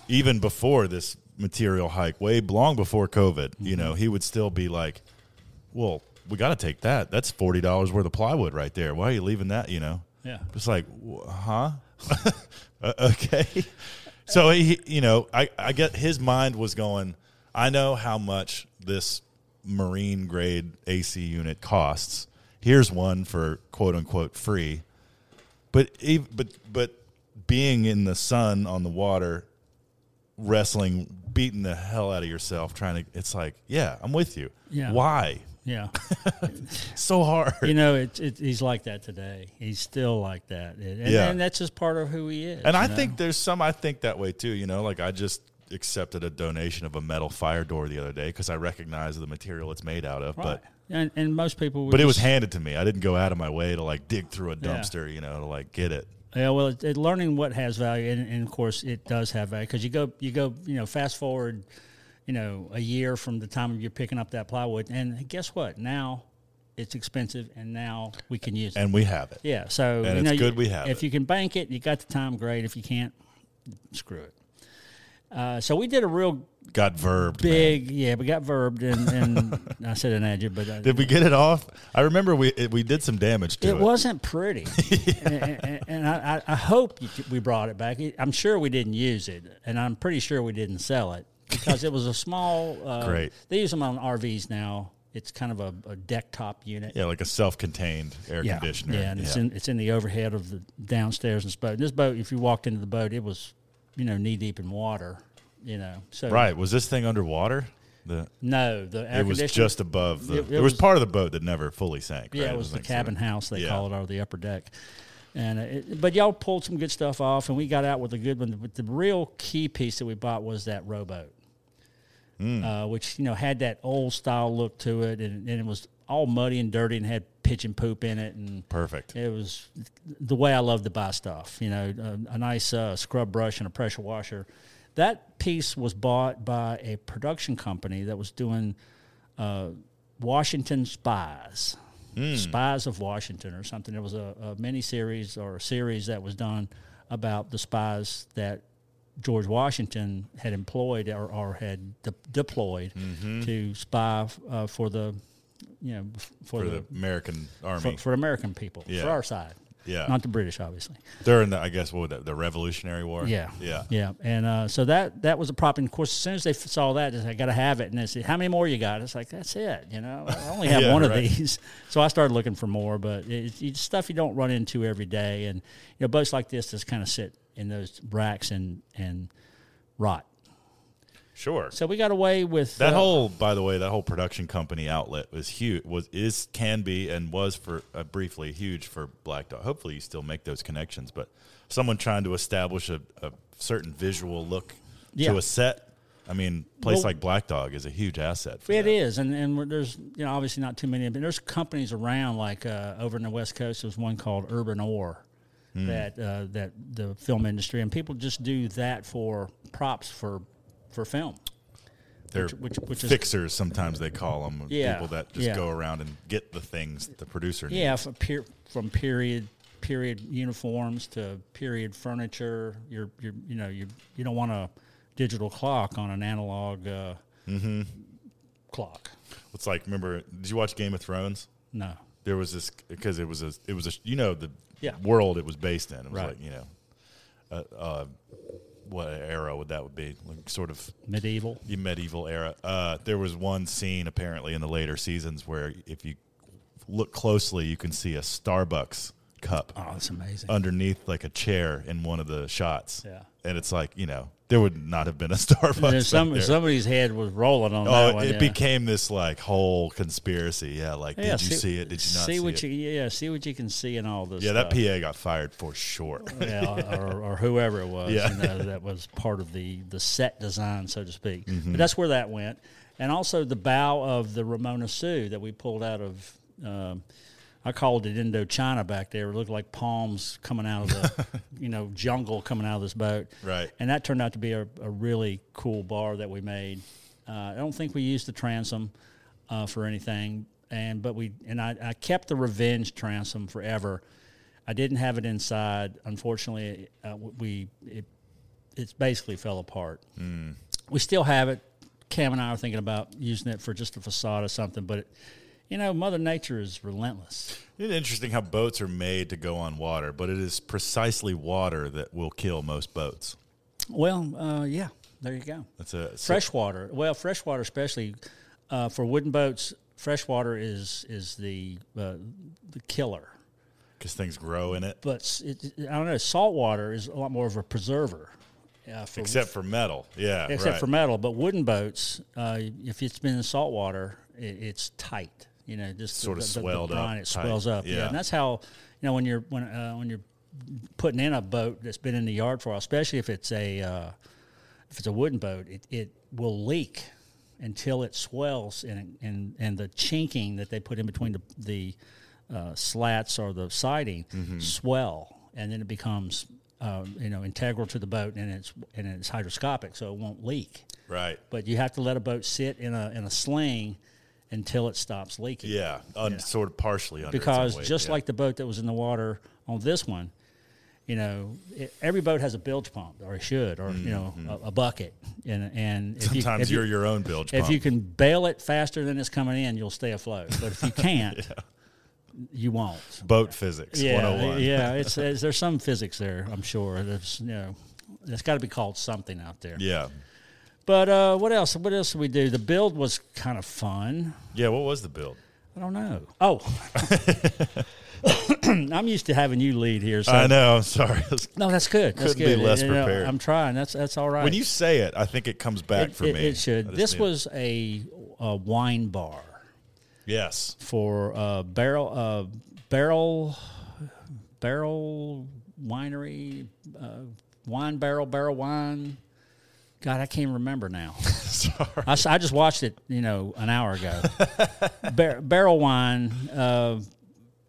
even before this material hike, way long before COVID, you know, he would still be like, "Well, we got to take that. That's forty dollars worth of plywood right there. Why are you leaving that?" You know.
Yeah.
It's like, wh- huh? Uh, okay. So he, you know, I, I get his mind was going. I know how much this marine grade AC unit costs. Here's one for quote unquote free. But ev- but but being in the sun on the water, wrestling, beating the hell out of yourself, trying to it's like, yeah, I'm with you.
Yeah.
Why?
yeah.
So hard.
you know, it, it, he's like that today. He's still like that, and, and-
Yeah.
and that's just part of who he is.
And I
you know?
think there's some I think that way too. You know, like I just accepted a donation of a metal fire door the other day because I recognize the material it's made out of.
right.
But
and, and most people, would
but it was
just-
handed to me. I didn't go out of my way to like dig through a dumpster. You know, to like get it.
yeah. Well, it, it, learning what has value, and, and of course, it does have value because you go, you go, you know, fast forward, you know, a year from the time you're picking up that plywood, and guess what? Now it's expensive, and now we can use it.
and we have it.
Yeah, so
And
you
it's
know,
good
you-
we have
If
it.
you can bank it, you got the time. Great. If you can't, screw it. Uh, so we did a real
Got verbed. man.
big, yeah, we got verbed, and, and I said an adjective, but I,
Did we get it off? I remember we it, we did some damage to it.
it wasn't pretty. And, and- and I, I I hope you, we brought it back. I'm sure we didn't use it, and I'm pretty sure we didn't sell it because it was a small. Uh,
Great.
They use them on RVs now. It's kind of a, a deck top unit.
Yeah, like a self-contained air
yeah.
conditioner.
Yeah, and it's in it's in the overhead of the downstairs in this boat. And this boat, if you walked into the boat, it was, you know, knee deep in water. You know, so
right. Was this thing underwater? The
No, the air
it was
conditioning-
just above the.
It-
It,
it
was,
was-
part of the boat that never fully sank.
Yeah,
right?
it was the
like
cabin
sort
house they
yeah.
call it, or the upper deck. And uh, it, but y'all pulled some good stuff off, and we got out with a good one. But the real key piece that we bought was that rowboat, uh, which you know had that old style look to it, and, and it was all muddy and dirty, and had pigeon poop in it, and
of- Perfect.
it was the way I love to buy stuff. You know, a, a nice uh, scrub brush and a pressure washer. That piece was bought by a production company that was doing uh, Washington Spies,
Hmm.
Spies of Washington, or something. It was a, a mini series or a series that was done about the spies that George Washington had employed or, or had de- deployed
Mm-hmm.
to spy uh, for the, you know, f- for,
For
the
the American
for,
Army
for American people,
Yeah.
for our side.
Yeah.
Not the British, obviously.
during the, I guess, what was that, the Revolutionary War?
Yeah.
Yeah.
Yeah. And uh, so that that was a problem. Of course, as soon as they f- saw that, they said, I got to have it. And they said, How many more you got? It's like, that's it. You know, I only have
Yeah,
one
right.
of these. So I started looking for more, but it's, it's stuff you don't run into every day. And, you know, boats like this just kind of sit in those racks and, and rot.
Sure.
So we got away with
That
uh,
whole, by the way, that whole production company outlet was huge. Was is can be and was for uh, briefly huge for Black Dog. Hopefully, you still make those connections. But someone trying to establish a, a certain visual look
Yeah.
to a set. I mean, place
Well-
like Black Dog is a huge asset. For
It
that.
is, and and we're- there's you know obviously not too many, but there's companies around like uh, over in the West Coast. There's one called Urban Ore that uh, that the film industry and people just do that for props for for film.
They're
which- which is-
fixers. sometimes they call them
Yeah,
people that just
yeah.
go around and get the things that the producer needs.
Yeah, for per, from period period uniforms to period furniture. You're you you know you you don't want a digital clock on an analog uh, clock.
It's like remember? Did you watch Game of Thrones?
No.
there was this because it was a it was a you know the
Yeah.
world it was based in. It was
Right.
like you know, uh, uh, what era would that would be? Like sort of
Medieval.
the medieval era. Uh, there was one scene apparently in the later seasons where if you look closely, you can see a Starbucks cup
Oh, that's amazing.
underneath like a chair in one of the shots.
Yeah.
and it's like you know there would not have been a Starbucks.
There's some-
up there.
somebody's head was rolling on that
Oh,
one.
it
yeah.
became this like whole conspiracy. Yeah, like
Yeah,
did you see it? Did you not see,
what
it?
you yeah see what you can see in all this?
yeah,
stuff.
that PA got fired for sure.
yeah, or, or whoever it was,
Yeah.
you know, that was part of the the set design, so to speak.
Mm-hmm.
But that's where that went, and also the bow of the Ramona Sue that we pulled out of. Um, I called it Indochina back there. It looked like palms coming out of the, you know, jungle coming out of this boat.
Right.
And that turned out to be a, a really cool bar that we made. Uh, I don't think we used the transom uh, for anything, and but we and I, I kept the revenge transom forever. I didn't have it inside. Unfortunately, uh, w- we it it's basically fell apart. We still have it. Cam and I are thinking about using it for just a facade or something, but it, you know, Mother Nature is relentless.
It's interesting how boats are made to go on water, but it is precisely water that will kill most boats.
Well, uh, yeah, there you go.
That's a so-
Freshwater, well, freshwater especially uh, for wooden boats, freshwater is is the uh, the killer.
because things grow in it,
But s- it, it- I don't know, salt water is a lot more of a preserver. Uh, for,
except for metal. Yeah,
except
right.
for metal. But wooden boats, uh, if it's been in salt water, it, it's tight. You know, just
Sorta swelled up
brine, It
tight.
swells up. Yeah.
Yeah.
and that's how you know when you're when uh, when you're putting in a boat that's been in the yard for a while, especially if it's a uh, if it's a wooden boat, it, it will leak until it swells and and and the chinking that they put in between the the uh, slats or the siding swell, and then it becomes. Um, you know, integral to the boat, and it's and it's hydroscopic, so it won't leak
right.
but you have to let a boat sit in a in a sling until it stops leaking.
Yeah, un- sort of partially under its own
because
weight,
just
yeah.
like the boat that was in the water on this one, you know, it, every boat has a bilge pump, or it should, or you know, a, a bucket. And and if you-
Mm-hmm. sometimes
if you,
are your own bilge
if
pump.
you can bail it faster than it's coming in, you'll stay afloat. But if you can't, you won't.
boat physics
Yeah,
101.
yeah. It's, it's there's some physics there. I'm sure. There's you know, it's got to be called something out there.
yeah,
But uh, what else? What else did we do? The build was kind of fun.
yeah. What was the build?
I don't know. Oh, I'm used to having you lead here. So
I know. I'm sorry.
no, that's good. That's
Couldn't be
good.
less
You know,
prepared.
I'm trying. That's that's all right.
when you say it, I think it comes back
it,
for
it-
me.
it
I
should.
just
This
need-
was a, a wine bar
yes.
for a barrel uh, barrel barrel winery uh, wine barrel barrel wine. God, I can't remember now.
sorry.
I, s- I just watched it, you know, an hour ago. Bar- barrel wine uh,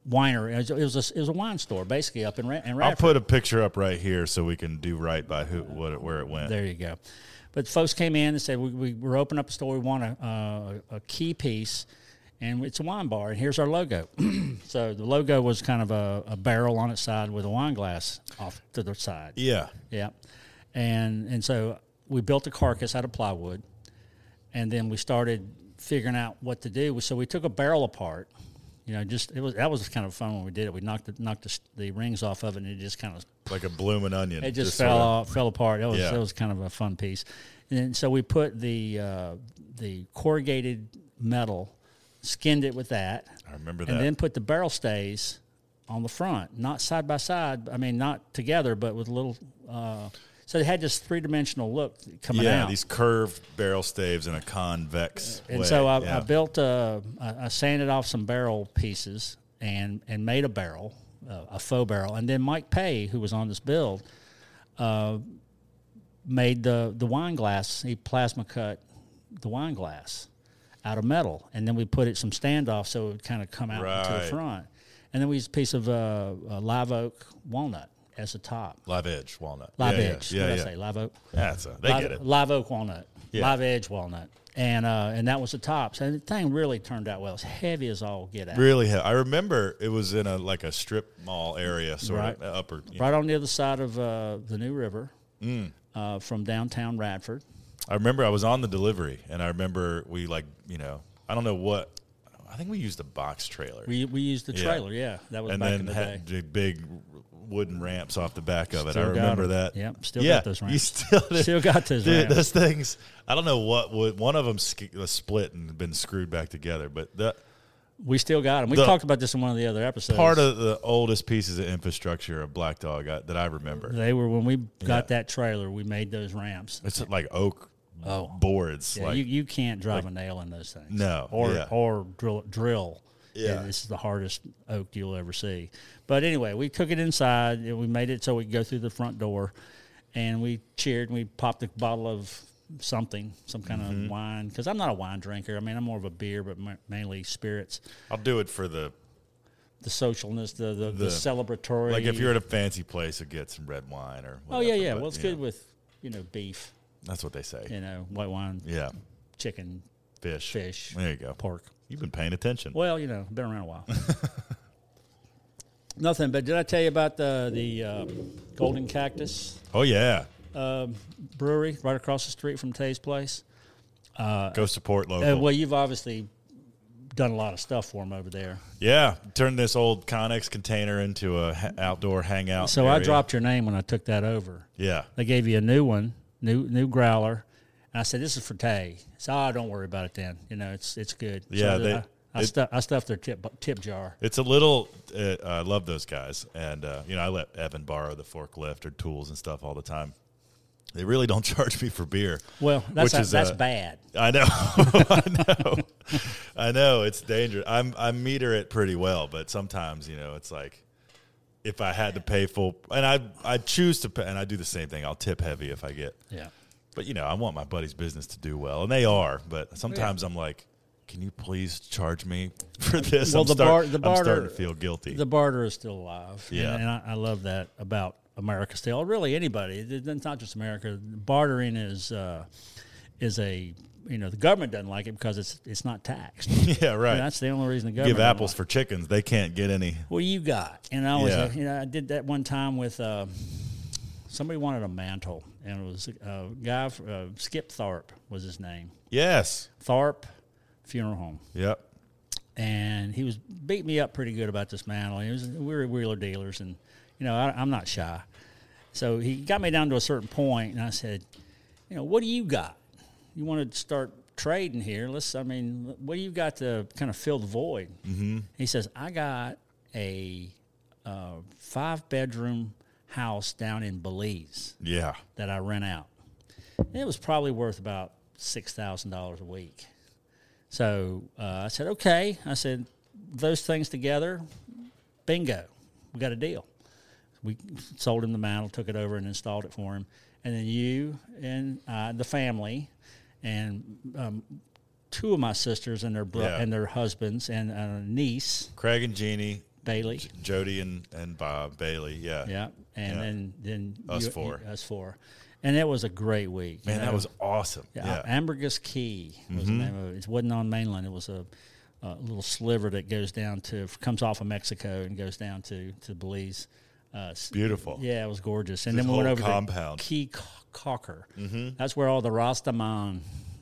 winery. It was, it was a it was a wine store basically up in Ra- in
I'll
Radford.
put a picture up right here so we can do right by who, what, it- where it went.
there you go. But folks came in and said we, we we're opening up a store. We want a uh, a key piece, and it's a wine bar. And here's our logo. so the logo was kind of a, a barrel on its side with a wine glass off to the side.
Yeah.
Yeah. And and so we built a carcass out of plywood and then we started figuring out what to do. So we took a barrel apart. You know, just it was that was kind of fun when we did it. We knocked the, knocked the, s- the rings off of it, and it just kind of
Like a blooming onion.
it just, fell
sorta-
off, fell apart. That was
Yeah.
that was kind of a fun piece. And then, so we put the uh, the corrugated metal, skinned it with that,
I remember that.
and then put the barrel stays on the front, not side by side. I mean, not together, but with little. Uh, so they had this three dimensional look coming
yeah,
out.
these curved barrel staves in a convex.
and
way.
so I,
yeah.
I built, uh, I I sanded off some barrel pieces and and made a barrel, uh, a faux barrel. And then Mike Pay, who was on this build, uh, made the the wine glass. He plasma cut the wine glass out of metal, and then we put it some standoff so it would kind of come out to
Right.
the front. And then we used a piece of uh, uh, live oak walnut as a top.
live edge walnut.
Live
yeah,
edge.
Yeah,
what
yeah.
did
yeah.
I say? Live oak
That's a, they
live,
get it.
live oak walnut,
Yeah.
live edge walnut, and uh, and that was the tops. And the thing really turned out well. It's heavy as all get out.
Really, he- I remember it was in a like a strip mall area, sort
Right.
of uh, upper. you know.
Right on the other side of uh, the New River,
Mm.
uh, from downtown Radford.
I remember I was on the delivery, and I remember we like you know I don't know what I think we used a box trailer,
We we used the
Yeah.
trailer. Yeah, that was
and
back
then
in the day.
had the big wooden ramps off the back of it. I
Still got
remember
'em.
that.
Yep, still got
yeah,
those
You
ramps.
still
Still got those
Dude,
ramps.
those things. I don't know what would one of them split and been screwed back together, but that
We still got them. We
The-
talked about this in one of the other episodes.
part of the oldest pieces of infrastructure of Black Dog I, that I remember.
they were when we got
Yeah.
that trailer. We made those ramps.
It's like oak
Oh.
boards.
Yeah,
like
you, you can't drive a nail in those things.
No,
or
yeah.
or drill drill.
Yeah.
this is the hardest oak you'll ever see. But anyway, we took it inside. And we made it so we could go through the front door, and we cheered and we popped a bottle of something, some kind
Mm-hmm.
of wine. Because I'm not a wine drinker. I mean, I'm more of a beer, but ma- mainly spirits.
I'll do it for the
The socialness, the the, the,
The-
celebratory.
like if you're at a fancy place, you get some red wine or.
oh yeah
whatever,
yeah.
but,
Well, it's
you
good
know,
with you know beef,
that's what they say.
you know white wine,
Yeah,
chicken,
fish.
fish,
There you go.
pork.
You've been paying attention.
Well, you know, been around a while. Nothing, but did I tell you about the the uh, Golden Cactus
Oh yeah,
Brewery right across the street from Tay's place?
go support local.
Uh, well, you've obviously done a lot of stuff for them over there.
yeah, turn this old Connex container into a ha- outdoor hangout.
So I
area.
dropped your name when I took that over.
Yeah,
They gave you a new one, new new growler, and I said this is for Tay. So oh, don't worry about it then. You know, it's it's good.
Yeah,
so
they-
I, I,
it-
stu- I stuffed their tip tip jar.
it's a little. Uh, I love those guys, and uh, you know I let Evan borrow the forklift or tools and stuff all the time. They really don't charge me for beer.
Well, that's
which is,
that's
uh,
bad.
I know, I know, I know. It's dangerous. I'm I meter it pretty well, but sometimes you know it's like if I had to pay full, and I I choose to pay, and I do the same thing. I'll tip heavy if I get,
Yeah.
but you know I want my buddy's business to do well, and they are. But sometimes I'm like, can you please charge me for this?
Well,
I'm
the
start-
bar- the
I'm starting
barter-
to feel guilty.
The barter is still alive. And-
Yeah.
And, I, I love that about America still. Really, anybody. It- It's not just America. Bartering is uh, is a you know the government doesn't like it because it's it's not taxed.
yeah, right.
That's the only reason the government
Give
don't
apples
like
for chickens. They can't get any.
it. Well, you got, and I was
Yeah.
uh, you know I did that one time with uh, somebody wanted a mantle, and it was a guy fr- uh, Skip Tharp was his name.
Yes.
Tharp Funeral Home.
Yep.
and he was beat me up pretty good about this mantle. He was we were wheeler dealers, and you know I, I'm not shy, so he got me down to a certain point, and I said, you know, what do you got? You want to start trading here? Let's, I mean, what do you got to kind of fill the void? Mm-hmm. He says, I got a uh, five bedroom house down in Belize
Yeah.
that I rent out. And it was probably worth about six thousand dollars a week. So uh, I said, okay. I said, those things together, bingo, we got a deal. We sold him the mantle, took it over, and installed it for him. And then you and uh, the family, and um, two of my sisters and their bro-
Yeah.
and their husbands and a niece
Craig and Jeannie,
Bailey.
Jody and, and Bob Bailey. Yeah.
Yeah, and
Yeah.
then then
Us four.
us four, and it was a great week. you
Man,
know.
that was awesome.
Yeah,
Yeah. Mm-hmm.
Ambergris Key was the name of it. It wasn't on mainland. It was a, a little sliver that goes down to comes off of Mexico and goes down to to Belize. Uh, s-
Beautiful.
yeah, it was gorgeous. And
This
then we went
whole
over
compound.
to Key Co- Cocker. Mm-hmm. That's where all the Rastaman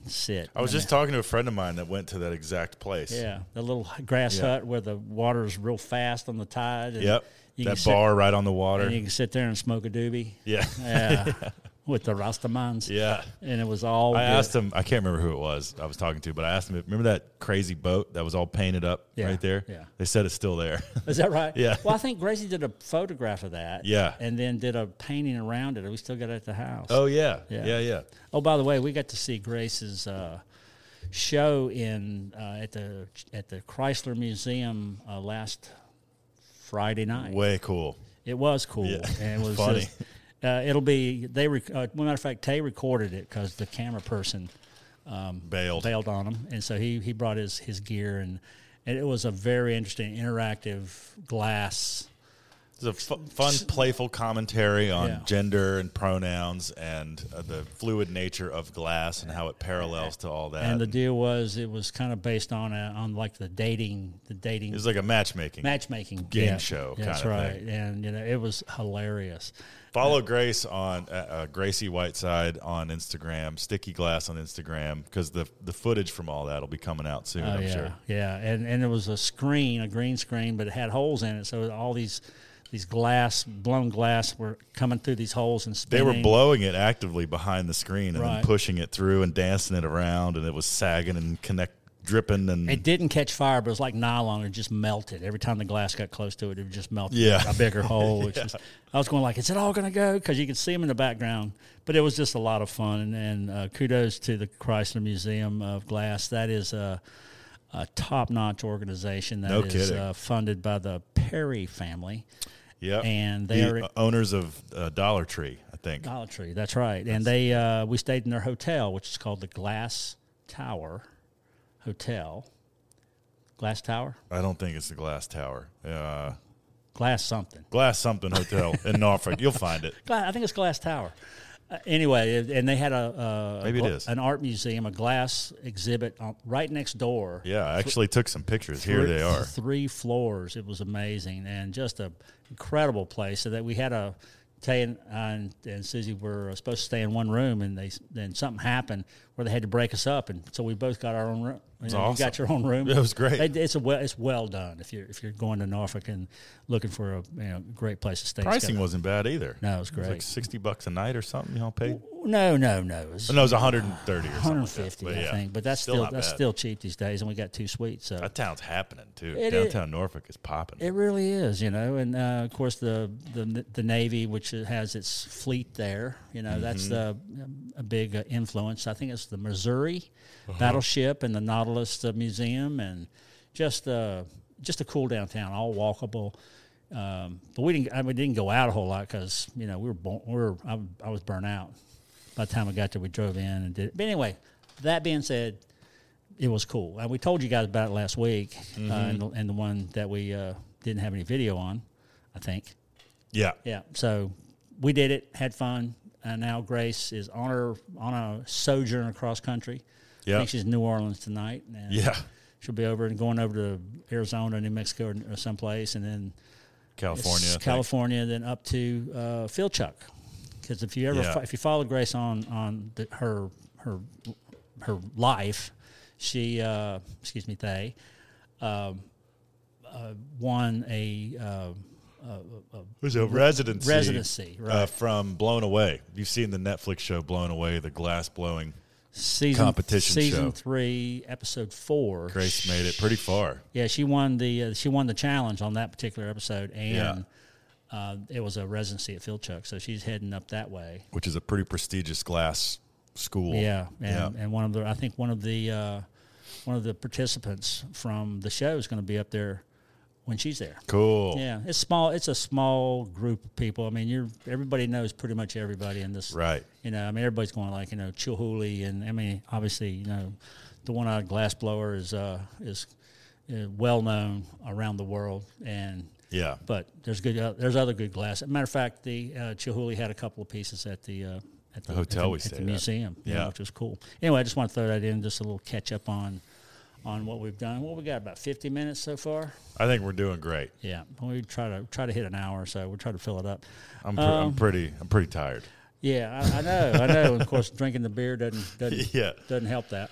sit.
I was just talking to a friend of mine that went to that exact place.
yeah, the little grass
Yeah.
hut where the water's real fast on the tide. and
Yep.
you can
that
sit-
bar right on the
and you
water.
can sit there and smoke a doobie.
Yeah.
Yeah, with the Rastamans.
Yeah.
and it was all.
I
good.
asked him, I can't remember who it was I was talking to, but I asked him, remember that crazy boat that was all painted up
Yeah,
right there?
yeah.
They said it's still there.
Is that right?
Yeah.
Well, I think Gracie did a photograph of that.
Yeah.
And then did a painting around it. We still got it at the house.
oh, yeah.
Yeah.
Yeah. Yeah. Yeah.
Oh, by the way, we got to see Grace's uh, show in uh, at the at the Chrysler Museum uh, last Friday night.
Way cool.
It was cool.
Yeah.
And it was
Funny.
just- uh, it'll be they. Rec- uh, well, matter of fact, Tay recorded it because the camera person
Bailed.
bailed on him, and so he he brought his his gear and. And it was a very interesting interactive glass
It's a fu- fun, playful commentary on
Yeah.
gender and pronouns and uh, the fluid nature of glass and how it parallels to all that.
and the deal was it was kind of based on a, on like the dating the dating
it was like a matchmaking.
matchmaking
game show
That's
kind of
right,
thing.
and you know it was hilarious.
Follow Grace on uh, uh, Gracie Whiteside on Instagram, Sticky Glass on Instagram, because the the footage from all that will be coming out soon.
Oh,
I'm
yeah,
sure.
yeah, and and there was a screen, a green screen, but it had holes in it, so all these these glass blown glass were coming through these holes and
They
spinning.
were blowing it actively behind the screen and
Right.
then pushing it through and dancing it around, and it was sagging and connect dripping and
It didn't catch fire, but it was like nylon. It just melted every time the glass got close to it. It would just melted
Yeah.
a bigger hole. Which was, I was going like, is it all going to go? Because you could see them in the background. But it was just a lot of fun. And, and uh, kudos to the Chrysler Museum of Glass. That is a, a top-notch organization that
No
is,
kidding.
uh, funded by the Perry family.
yeah,
and they
the
are-
uh, owners of uh, Dollar Tree, I think.
Dollar Tree, that's right. And they uh, we stayed in their hotel, which is called the Glass Tower Hotel. Glass Tower,
I don't think it's the Glass Tower. Uh,
glass something.
Glass something hotel in Norfolk. You'll find it.
Gla- I think it's Glass Tower. Uh, anyway, it- and they had a, a
Maybe it
gla-
is.
an art museum, a glass exhibit on, right next door.
Yeah, I actually took some pictures. Here
Three-
they are.
Three floors. It was amazing and just a incredible place. So that we had a Tay and, and, and Susie were uh, supposed to stay in one room, and they s- then something happened where they had to break us up, and so we both got our own room. You know, you
awesome.
got your own room.
That was great.
They- it's a well, it's well done. If you're if you're going to Norfolk and looking for a you know, great place to stay, it's
Pricing
got-
wasn't bad either.
No, it was
It was
great.
like sixty bucks a night or something. Y'all paid?
no, no, no. It was-
No, it was one hundred and thirty or something. Like that.
150,
But yeah,
I think. But that's
still
still,
not
that's
bad.
still cheap these days, and we got two suites. So
That town's happening too.
It is-
Downtown Norfolk is popping.
it really is, you know. And uh, of course, the, the the Navy, which has its fleet there, you know, that's the
Mm-hmm.
a big uh, influence. I think it's the Missouri
Uh-huh.
battleship and the Nautilus uh, Museum, and just uh, just a cool downtown, all walkable. Um, but we didn't. I mean, we didn't go out a whole lot because you know we were born, we were I, I was burnt out. By the time I got there, we drove in and did it. But anyway, that being said, it was cool. And we told you guys about it last week, uh,
Mm-hmm.
and, the, and the one that we uh, didn't have any video on, I think.
yeah.
Yeah. So we did it, had fun. and now Grace is on her on a sojourn across country.
Yeah.
I think she's in New Orleans tonight. And
Yeah.
she'll be over and going over to Arizona, New Mexico, or, or someplace, and then
California. I think.
California, then up to uh, Philchuck. Because if you ever
Yeah.
fo- if you follow Grace on on the, her her her life, she uh, excuse me they um, uh, won a uh,
It was a residency.
residency,
Uh,
right.
from Blown Away. You've seen the Netflix show Blown Away, the glass blowing.
season
Competition
season
show.
three episode four.
Grace made it pretty far.
Yeah, she won the uh, she won the challenge on that particular episode, and uh, it was a residency at Philchuck, so she's heading up that way.
which is a pretty prestigious glass school.
Yeah, and,
Yeah.
and one of the I think one of the uh, one of the participants from the show is going to be up there when she's there.
Cool.
Yeah, it's small. It's a small group of people. I mean, you're everybody knows pretty much everybody in this.
Right.
You know, I mean, everybody's going like you know Chihuly, and I mean, obviously, you know, the one-eyed glass blower is uh, is uh, well known around the world, and
Yeah.
but there's good uh, there's other good glass. As a matter of fact, the uh, Chihuly had a couple of pieces at the uh, at the
hotel
at the,
we
at the
stayed at.
museum, you know,
Yeah.
which was cool. Anyway, I just want to throw that in, just a little catch up on on what we've done. What we got about 50 minutes so far.
I think we're doing great.
Yeah, we try to try to hit an hour, so we'll try to fill it up.
I'm, pr-
Um,
I'm pretty I'm pretty tired.
Yeah, I, I know, I know. And of course, drinking the beer doesn't doesn't,
Yeah.
doesn't help that.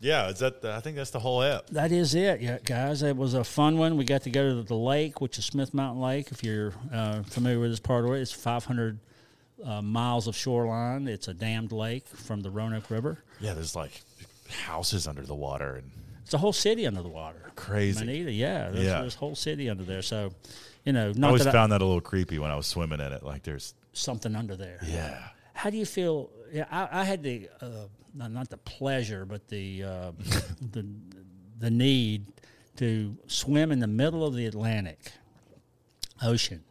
Yeah, is that the, I think that's the whole app.
That is it, yeah, guys. It was a fun one. We got to go to the lake, which is Smith Mountain Lake. If you're uh, familiar with this part of it, it's 500 uh, miles of shoreline. It's a dammed lake from the Roanoke River.
Yeah, there's like houses under the water and
It's a whole city under the water.
Crazy.
Manita, yeah. There's,
Yeah.
there's a whole city under there. So, you know,
I
not
always
that I-
found that a little creepy when I was swimming in it. Like there's
something under there.
yeah.
How do you feel? Yeah, I, I had the uh, not, not the pleasure, but the uh, the the need to swim in the middle of the Atlantic Ocean.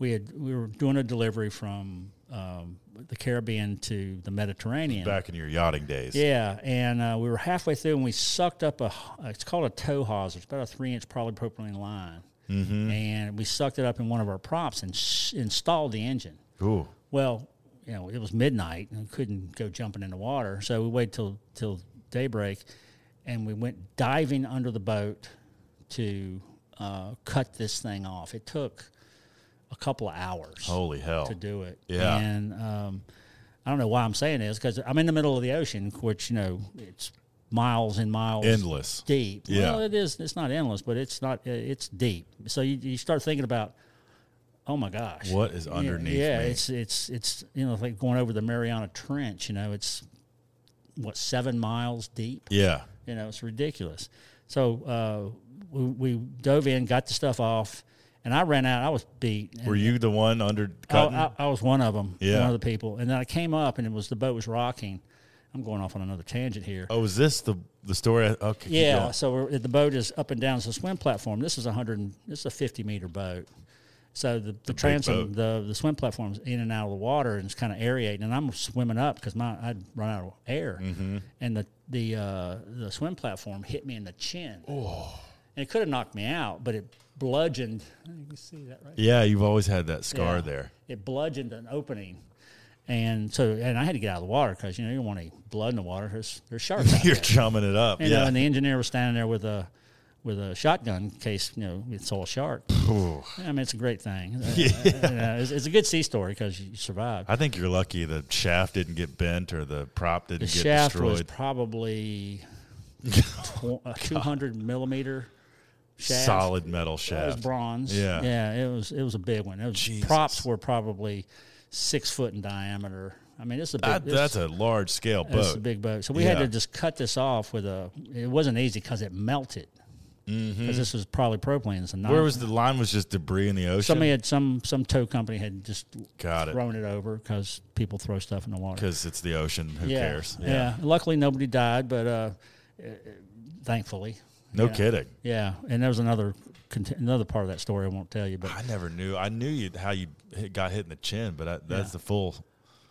We had we were doing a delivery from um, the Caribbean to the Mediterranean.
Back in your yachting days.
Yeah, and uh, we were halfway through, and we sucked up a. It's called a tow hawser. It's about a three-inch polypropylene line, and we sucked it up in one of our props and sh- installed the engine.
Ooh.
Well, you know, it was midnight and we couldn't go jumping in the water, so we waited till till daybreak, and we went diving under the boat to uh, cut this thing off. It took a couple of hours
Holy hell.
to do it.
Oh, Yeah.
and um, I don't know why I'm saying this because I'm in the middle of the ocean, which you know it's miles and miles
Endless.
deep.
Yeah.
Well, it is. It's not endless, but it's not. uh, It's deep. So you, you start thinking about, oh my gosh,
What is
Yeah,
underneath
Yeah,
me?
it's it's it's you know like going over the Mariana Trench. You know, it's what seven miles deep.
Yeah.
You know, it's ridiculous. So uh, we, we dove in, got the stuff off, and I ran out. I was beat. and- Oh,
Were you the one under
I,
cutting?
I, I was one of them.
Yeah.
One of the people. And then I came up and it was the boat was rocking. I'm going off on another tangent here.
oh, is this the the story? I- Okay. keep
yeah.
going.
So we're, the boat is up and down. It's a swim platform. This is a hundred. and- This is a 50 meter boat. So the, the, transom,
boat.
the the swim platform's in and out of the water, and it's kind of aerating. And I'm swimming up because my I'd run out of air, and the the uh, the swim platform hit me in the chin, and it could have knocked me out, but it bludgeoned. You can see that right
Yeah, you've always had that scar
yeah.
there.
It bludgeoned an opening, and so and I had to get out of the water because you know you don't want any blood in the water. There's there's sharks out
You're
there.
chumming it up.
You know,
yeah.
and the engineer was standing there with a with a shotgun in case you know it saw a shark. I mean, it's a great thing. yeah. it's, it's a good sea story because you survived.
I think you're lucky the shaft didn't get bent or the prop didn't
The
get
shaft was
destroyed.
probably tw- a 200 millimeter shaft.
Solid metal
It was
shaft.
bronze.
Yeah.
yeah, it was it was a big one. It was,
Jesus.
props were probably six foot in diameter. I mean, it's a big.
That-
it's-
that's a large scale
That's a
boat.
big boat. So we had
Yeah.
to just cut this off with a. It wasn't easy because it melted. Because this was probably propylene. It's a non-
Mm-hmm. Where was the line? Was just debris in the ocean.
somebody had some some tow company had just
Got it.
thrown it over because people throw stuff in the water.
Because it's the ocean. Who
yeah,
cares?
Yeah. Luckily, nobody died, but uh, uh, thankfully,
No kidding.
yeah. And there was another cont- another part of that story I won't tell you, but
I never knew. I knew you how you hit, got hit in the chin, but I, that's the full.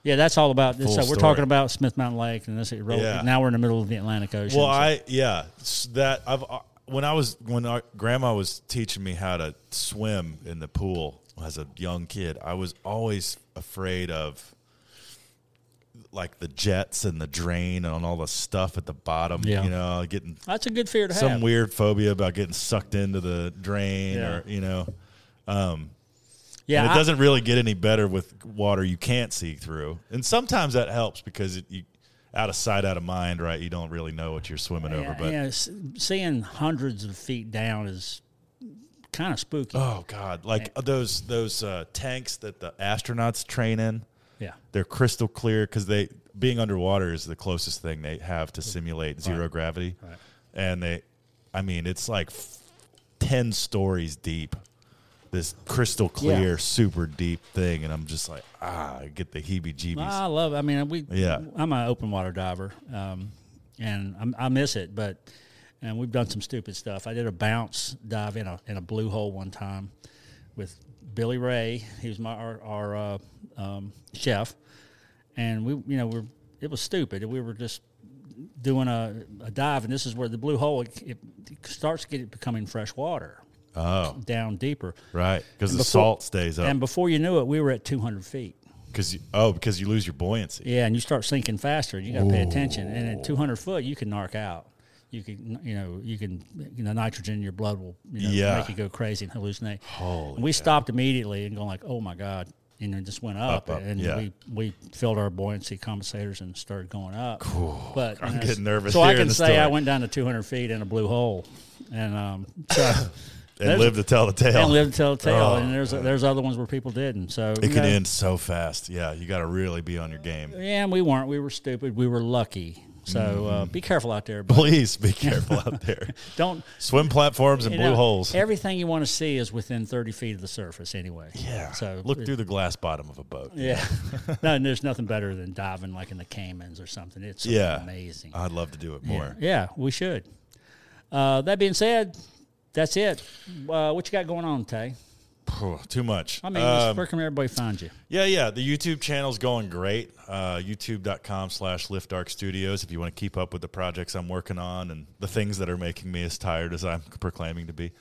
yeah, that's all about. this.
Full
So we're
story.
talking about Smith Mountain Lake, and this it rolled,
Yeah.
now we're in the middle of the Atlantic Ocean.
Well,
so-
I yeah s- that I've uh, when I was when our grandma was teaching me how to swim in the pool as a young kid, I was always afraid of like the jets and the drain and all the stuff at the bottom.
Yeah.
You know, getting
That's a good fear to
some
have.
weird phobia about getting sucked into the drain
Yeah.
or you know.
yeah,
and it
I-
doesn't really get any better with water you can't see through. And sometimes that helps because it, you out of sight, out of mind, right? You don't really know what you're swimming over.
Oh, yeah,
But
yeah, s- seeing hundreds of feet down is kind of spooky.
oh god, like those those uh, tanks that the astronauts train in,
yeah.
they're crystal clear because they being underwater is the closest thing they have to simulate zero gravity. And they, I mean, it's like f- ten stories deep. This crystal clear, super deep thing, and I'm just like, ah, I get the heebie-jeebies.
I love. I mean, we.
Yeah.
I'm an open water diver, um, and I'm, I miss it. But and we've done some stupid stuff. I did a bounce dive in a in a blue hole one time with Billy Ray. He was my our, our uh, um, chef, and we you know we're it was stupid. We were just doing a, a dive, and this is where the blue hole it, it starts getting becoming fresh water.
Oh.
down deeper,
Right, because the
before-
salt stays up.
and before you knew it, we were at 200 feet.
Because you, oh, because you lose your buoyancy.
Yeah, and you start sinking faster. You got to pay attention. And at 200 foot, you can narc out. You can, you know, you can, you know, nitrogen in your blood will, you know,
Yeah.
make you go crazy and hallucinate. and we stopped immediately and going like, oh my god, and then just went up,
up,
and
yeah.
we we filled our buoyancy compensators and started going up. Cool. But
I'm
you know,
getting nervous
So I
hearing
can
the
say I
story.
went down to 200 feet in a blue hole, and um, so
And
There's-
live to tell the tale.
and lived to tell the tale.
Oh,
and there's there's other ones where people didn't. So
it
you
can
know,
end so fast. Yeah, you got to really be on your game.
Yeah, and we weren't. We were stupid. We were lucky. So uh,
Mm-hmm.
be careful out there. But
Please be careful out there.
don't
Swim platforms and
you
blue
know,
holes.
Everything you want to see is within thirty feet of the surface, anyway.
yeah.
So
look
it-
through the glass bottom of a boat.
Yeah. no, and there's nothing better than diving like in the Caymans or something. It's
Yeah.
amazing.
I'd love to do it more.
yeah, we should. Uh, that being said, that's it. Uh, what you got going on, Tay?
Phew, Too much.
I mean,
Um,
where can everybody find you?
Yeah, yeah. The YouTube channel's going great. Uh, YouTube.com slash Lift Arc Studios if you want to keep up with the projects I'm working on and the things that are making me as tired as I'm proclaiming to be.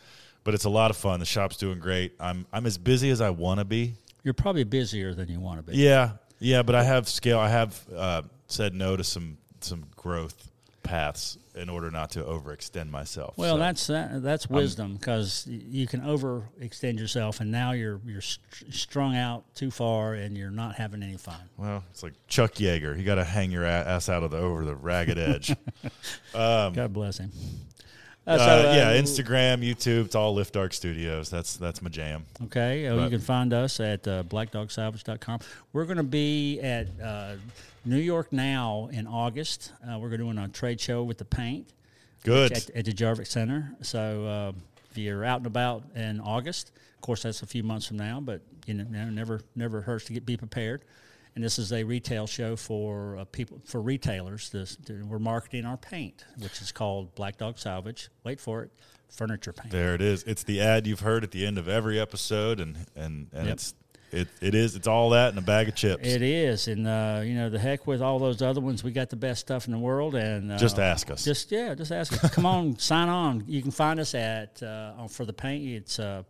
But it's a lot of fun. The shop's doing great. I'm I'm as busy as I want to be.
You're probably busier than you want to be.
Yeah, yeah. But I have scale. I have uh, said no to some some growth paths in order not to overextend myself.
Well,
So-
that's that, that's wisdom because you can overextend yourself, and now you're you're str- strung out too far, and you're not having any fun.
well, it's like Chuck Yeager. You got to hang your a- ass out of the over the ragged edge.
God bless him.
Um, Uh,
Uh, so, uh,
yeah, Instagram, YouTube, it's all Lift Dark Studios. That's that's my jam.
Okay, uh, you
but-
can find us at uh, blackdogsalvage.com. We're going to be at uh, New York now in August. Uh, we're going to do a trade show with the paint
Good.
at, at the Jarvik Center. So uh, if you're out and about in August, of course that's a few months from now, but you know, no- never never hurts to get be prepared. And this is a retail show for uh, people for retailers. This we're marketing our paint, which is called Black Dog Salvage. Wait for it, furniture paint.
There it is. It's the ad you've heard at the end of every episode, and and and
Yep.
it's it it is it's all that and a bag of chips.
It is, and uh, you know the heck with all those other ones. We got the best stuff in the world, and uh,
Just ask us.
Just yeah, just ask us. Come on, sign on. You can find us at uh, on- for the paint. It's uh,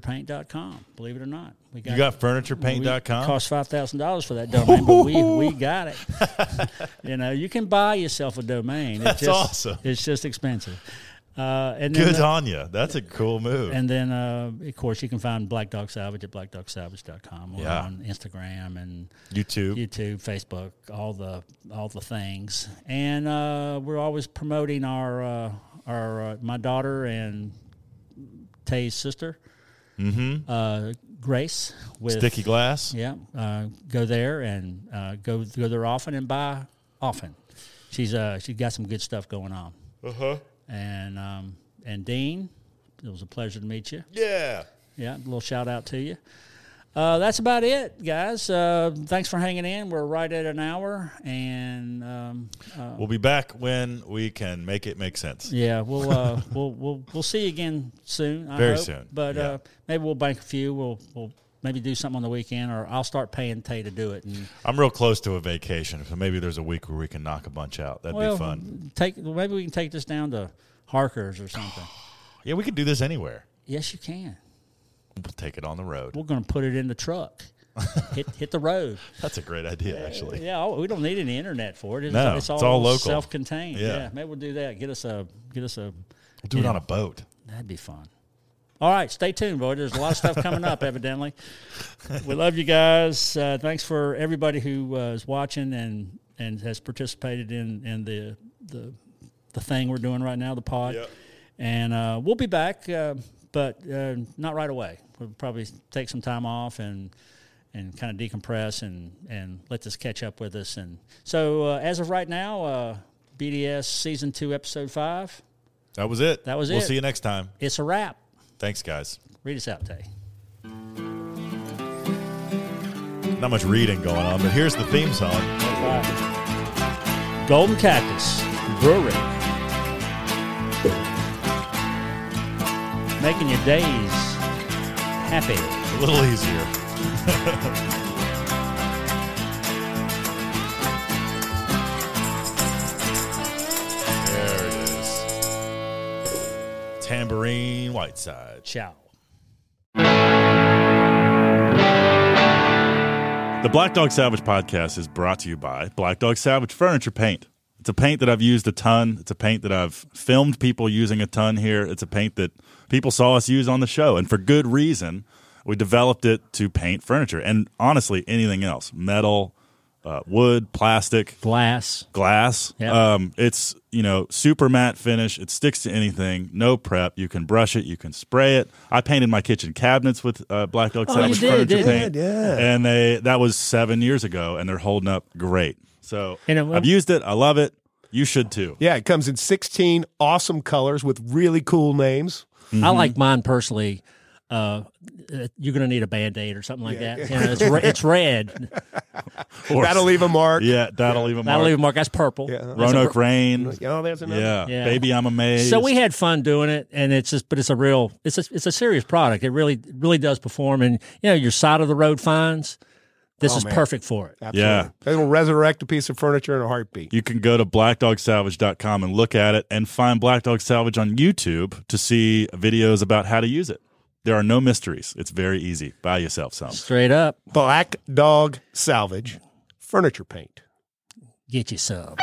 furniturepaint.com. Believe it or not, we got
you got furniturepaint.com.
It cost five thousand dollars for that domain, but we we got it. you know, you can buy yourself a domain. It's
That's
just,
awesome.
It's just expensive. Uh, and then
Good
the-
on you. That's a cool move.
and then, uh, of course, you can find Black Dog Salvage at blackdogsalvage.com or
Yeah.
on Instagram and
YouTube.
YouTube, Facebook, all the all the things, and uh, we're always promoting our uh, our uh, my daughter and Tay's sister, mm-hmm. uh, Grace with
Sticky glass.
Yeah, uh, go there and uh, go go there often and buy often. She's uh she's got some good stuff going on,
Uh huh.
and um, and Dean, it was a pleasure to meet you.
Yeah.
Yeah, a little shout out to you. Uh, that's about it, guys. Uh, thanks for hanging in. We're right at an hour, and um, uh,
We'll be back when we can make it make sense.
yeah, we'll uh, we'll we'll we'll see you again soon. I
Very
hope.
soon,
but
yeah.
uh, maybe we'll bank a few. We'll we'll maybe do something on the weekend, or I'll start paying Tay to do it. And
I'm real close to a vacation, so maybe there's a week where we can knock a bunch out. That'd be
mm.
fun.
take maybe we can take this down to Harker's or something.
Yeah, we could do this anywhere.
yes, you can.
We'll take it on the road.
We're going to put it in the truck. hit hit the road.
That's a great idea, actually.
Yeah, oh, we don't need any internet for it. It's,
No,
it's all,
it's all local.
self-contained.
Yeah.
Yeah. maybe we'll do that. Get us a get us a.
We'll do it on a boat.
That'd be fun. All right, stay tuned, boy. There's a lot of stuff coming up, evidently. We love you guys. Uh, thanks for everybody who uh, is watching and and has participated in in the the the thing we're doing right now, the pod.
Yep.
And uh, we'll be back, uh, but uh, not right away. We'll probably take some time off and and kind of decompress and and let this catch up with us. And so, uh, as of right now, uh, BDS season two, episode five,
That was it.
That was
We'll
it.
see you next time.
it's a wrap.
Thanks, guys.
Read us out, Tay.
Not much reading going on, but here's the theme song.
Golden Cactus Brewery. Making your days happy.
A little easier. there it is. Tambourine Whiteside.
Ciao.
The Black Dog Savage podcast is brought to you by Black Dog Savage Furniture Paint. It's a paint that I've used a ton. It's a paint that I've filmed people using a ton here. It's a paint that people saw us use on the show, and for good reason. We developed it to paint furniture and honestly anything else metal, uh, wood, plastic
Glass.
glass.
Yeah.
Um, it's you know super matte finish. It sticks to anything. No prep. You can brush it. You can spray it. I painted my kitchen cabinets with uh, Black Dog
Oh,
Savage
you did,
furniture
didn't
paint.
you? Yeah, yeah.
And they that was seven years ago, and they're holding up great. So
And it-
I've used it. I love it. You should too.
Yeah, it comes in 16 awesome colors with really cool names.
I
Mm-hmm.
like mine personally. Uh, uh, you're gonna need a band aid or something like that. You know, it's, re- it's red.
course.
That'll leave a mark.
Yeah, that'll even
That'll
mark.
leave a mark. That's purple.
Yeah. That's
Roanoke Rain.
Oh, there's another.
Yeah.
Yeah.
baby, I'm amazed.
So we had fun doing it, and it's just, but it's a real, it's a, it's a serious product. It really, really does perform, and you know, your side of the road finds. This is
man.
perfect for it.
Absolutely.
Yeah.
It'll resurrect a piece of furniture in a heartbeat.
You can go to blackdogsalvage.com and look at it and find Black Dog Salvage on YouTube to see videos about how to use it. There are no mysteries. It's very easy. Buy yourself some.
Straight up,
Black Dog Salvage Furniture Paint.
get you some.